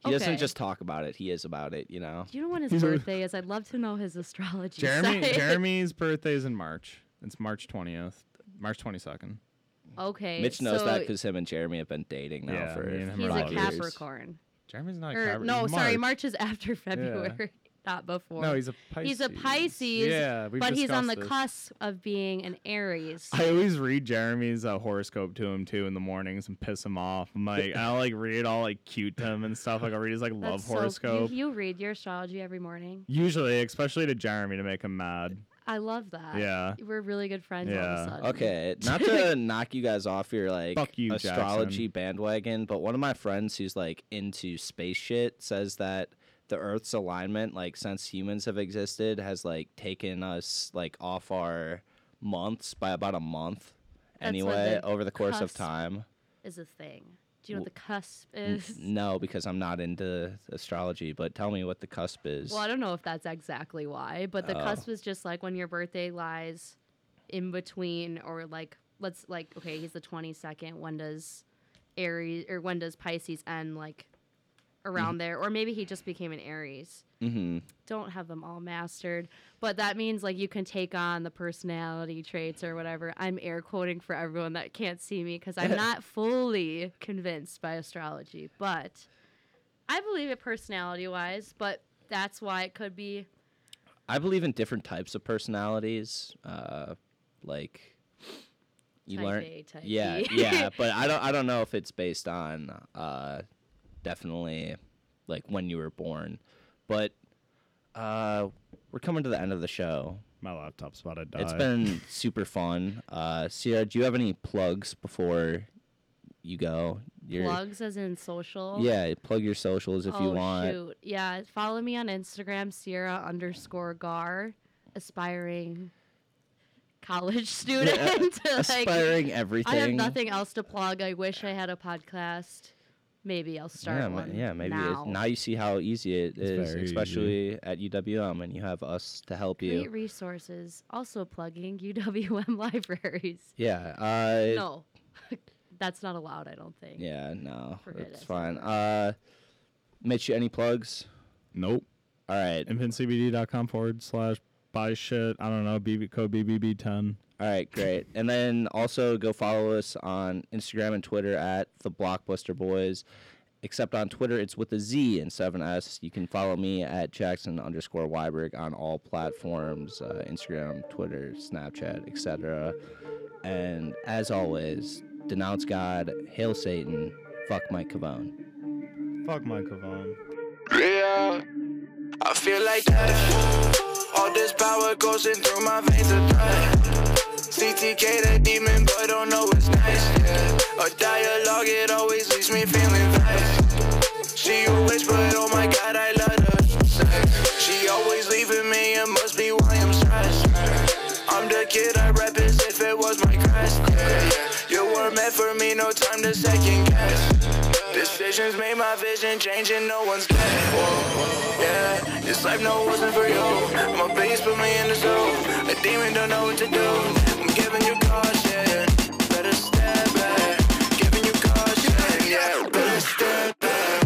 S3: he doesn't
S5: Okay.
S3: just talk about it. He is about it. You know.
S5: Do you know when his
S2: He's a-
S5: birthday is? I'd love to know his astrology.
S2: Jeremy-
S5: sign.
S4: Jeremy's birthday is in March. It's March 20th, March 22nd.
S5: Okay.
S3: Mitch knows that
S5: so
S3: because him and Jeremy have been dating now
S2: Yeah,
S3: for
S2: me and him
S5: he's
S2: are
S5: a
S3: five
S2: buddies.
S3: years.
S5: Capricorn.
S2: Jeremy's not.
S5: Or,
S2: Cabri-
S5: Er, no,
S2: he's
S5: sorry,
S2: March.
S5: March is after February, not before.
S2: No, he's a Pisces.
S5: He's a Pisces,
S2: Yeah, we've
S5: but he's on the
S2: discussed this.
S5: cusp of being an Aries.
S2: I always read Jeremy's uh, horoscope to him too in the mornings and piss him off. I'm like, I'll like read all like cute to him and stuff. Like I'll read his like
S5: That's
S2: love
S5: so- you-
S2: horoscope.
S5: you, read your astrology every morning.
S2: Usually, especially to Jeremy to make him mad.
S5: I love that.
S2: Yeah.
S5: We're really good friends all
S2: Yeah.
S5: of a sudden.
S3: Okay, not to knock you guys off your like
S2: Fuck you,
S3: astrology bandwagon, but one of my friends who's like into space shit says that the Earth's alignment, like since humans have existed, has like taken us like off our months by about a month.
S5: That's when
S3: anyway,
S5: the
S3: over the course of
S5: cusp
S3: time.
S5: Is a thing. Do you know what
S3: W-
S5: the cusp is?
S3: No, because I'm not into astrology, but tell me what the cusp is.
S5: Well, I don't know if that's exactly why, but the
S3: Oh.
S5: cusp is just like when your birthday lies in between, or like let's like okay, he's the twenty second. When does Aries or when does Pisces end? Like around there, or maybe he just became an Aries.
S3: mm-hmm.
S5: Don't have them all mastered, but that means like you can take on the personality traits or whatever. I'm air quoting for everyone that can't see me because I'm not fully convinced by astrology, but. I believe it personality wise, but that's why it could be.
S3: I believe in different types of personalities. Uh, like you
S5: Type
S3: learn,
S5: A, type
S3: yeah,
S5: B.
S3: yeah. But I don't, I don't know if it's based on uh, definitely like when you were born. But uh, we're coming to the end of the show.
S2: My laptop's about to die.
S3: It's been super fun. Uh, Sierra, do you have any plugs before you go? Your,
S5: Plugs as in social.
S3: Yeah, plug your socials if
S5: oh,
S3: you want.
S5: Shoot. Yeah. Follow me on Instagram, Sierra underscore gar, aspiring college student. Like,
S3: Aspiring everything.
S5: I have nothing else to plug. I wish I had a podcast. Maybe I'll start
S3: yeah, ma-
S5: one.
S3: yeah, maybe
S5: now.
S3: It, now you see how easy it is,
S2: very easy.
S3: especially at UWM, and you have us to help
S5: Great
S3: you.
S5: resources. Also plugging UWM libraries.
S3: Yeah. Uh,
S5: No, that's not allowed. I don't think.
S3: Yeah. No.
S5: Forget
S3: It's
S5: it.
S3: fine. Uh, Mitch, any plugs?
S2: nope.
S3: All right.
S2: infantcbd.com forward slash buy shit. I don't know. BB code BBB10.
S3: All right. Great. and then also go follow us on Instagram and Twitter at the Blockbuster Boys. Except on Twitter, it's with a Z and seven S. You can follow me at Jackson underscore Weiberg on all platforms uh, Instagram, Twitter, Snapchat, etc. And as always, denounce God, hail Satan, fuck Mike Cavone.
S2: Fuck Michael Vaughn.
S6: Yeah, I feel like death. All this power coursing through my veins of blood. CTK that demon, but don't know what's nice. Yeah. A dialogue, it always leaves me feeling vice. She a whisper, oh my god, I love her. sex. She always leaving me, it must be why I'm stressed. I'm the kid I rap as if it was my crest. Yeah. You were meant for me, no time to second guess. Decisions made my vision change and no one's dead. Whoa, yeah, this life no wasn't for you. My base put me in the zone. A demon don't know what to do. I'm giving you caution. Better step back. Giving you caution. Yeah, better step back.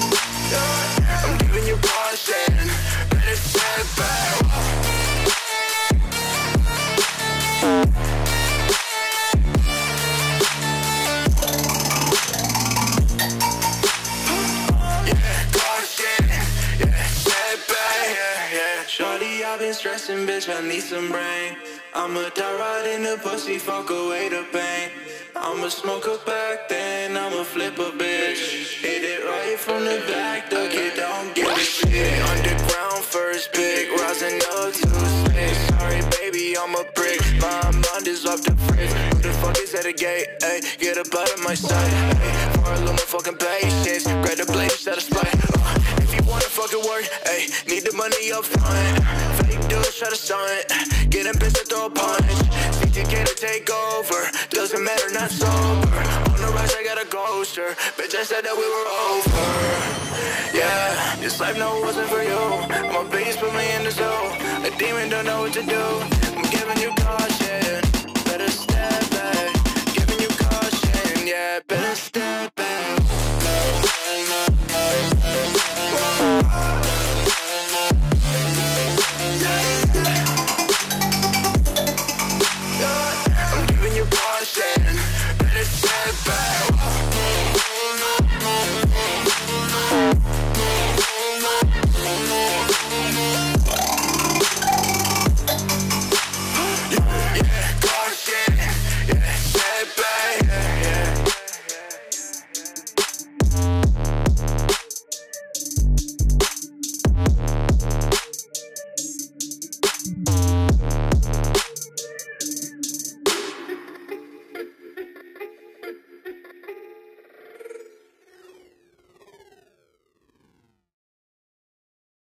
S6: I'm giving you caution. Better step back. Yeah, caution. Yeah, step back. Yeah, yeah. Shorty, I've been stressing, bitch. I need some brain. I'ma die right in the pussy, fuck away the pain. I'ma smoke a back, then I'ma flip a bitch. Hit it right from the back, the kid don't give a shit. Underground first, big, rising up to space. Sorry, baby, I'm a brick. My mind is off the frick. fuck is at the gate, ayy. Get up out of my sight, ayy. For a little more fucking patience, grab the blade instead of spite. Uh, if you wanna fucking work, ayy, need the money up front. Fake dudes try to stunt, getting pissed at throw a punch. CTK to take over, doesn't matter, not sober. On the rise, I got a ghoster, bitch, I said that we were over. Yeah, this life no it wasn't for you. My beast put me in the zoo. A demon don't know what to do. I'm giving you caution.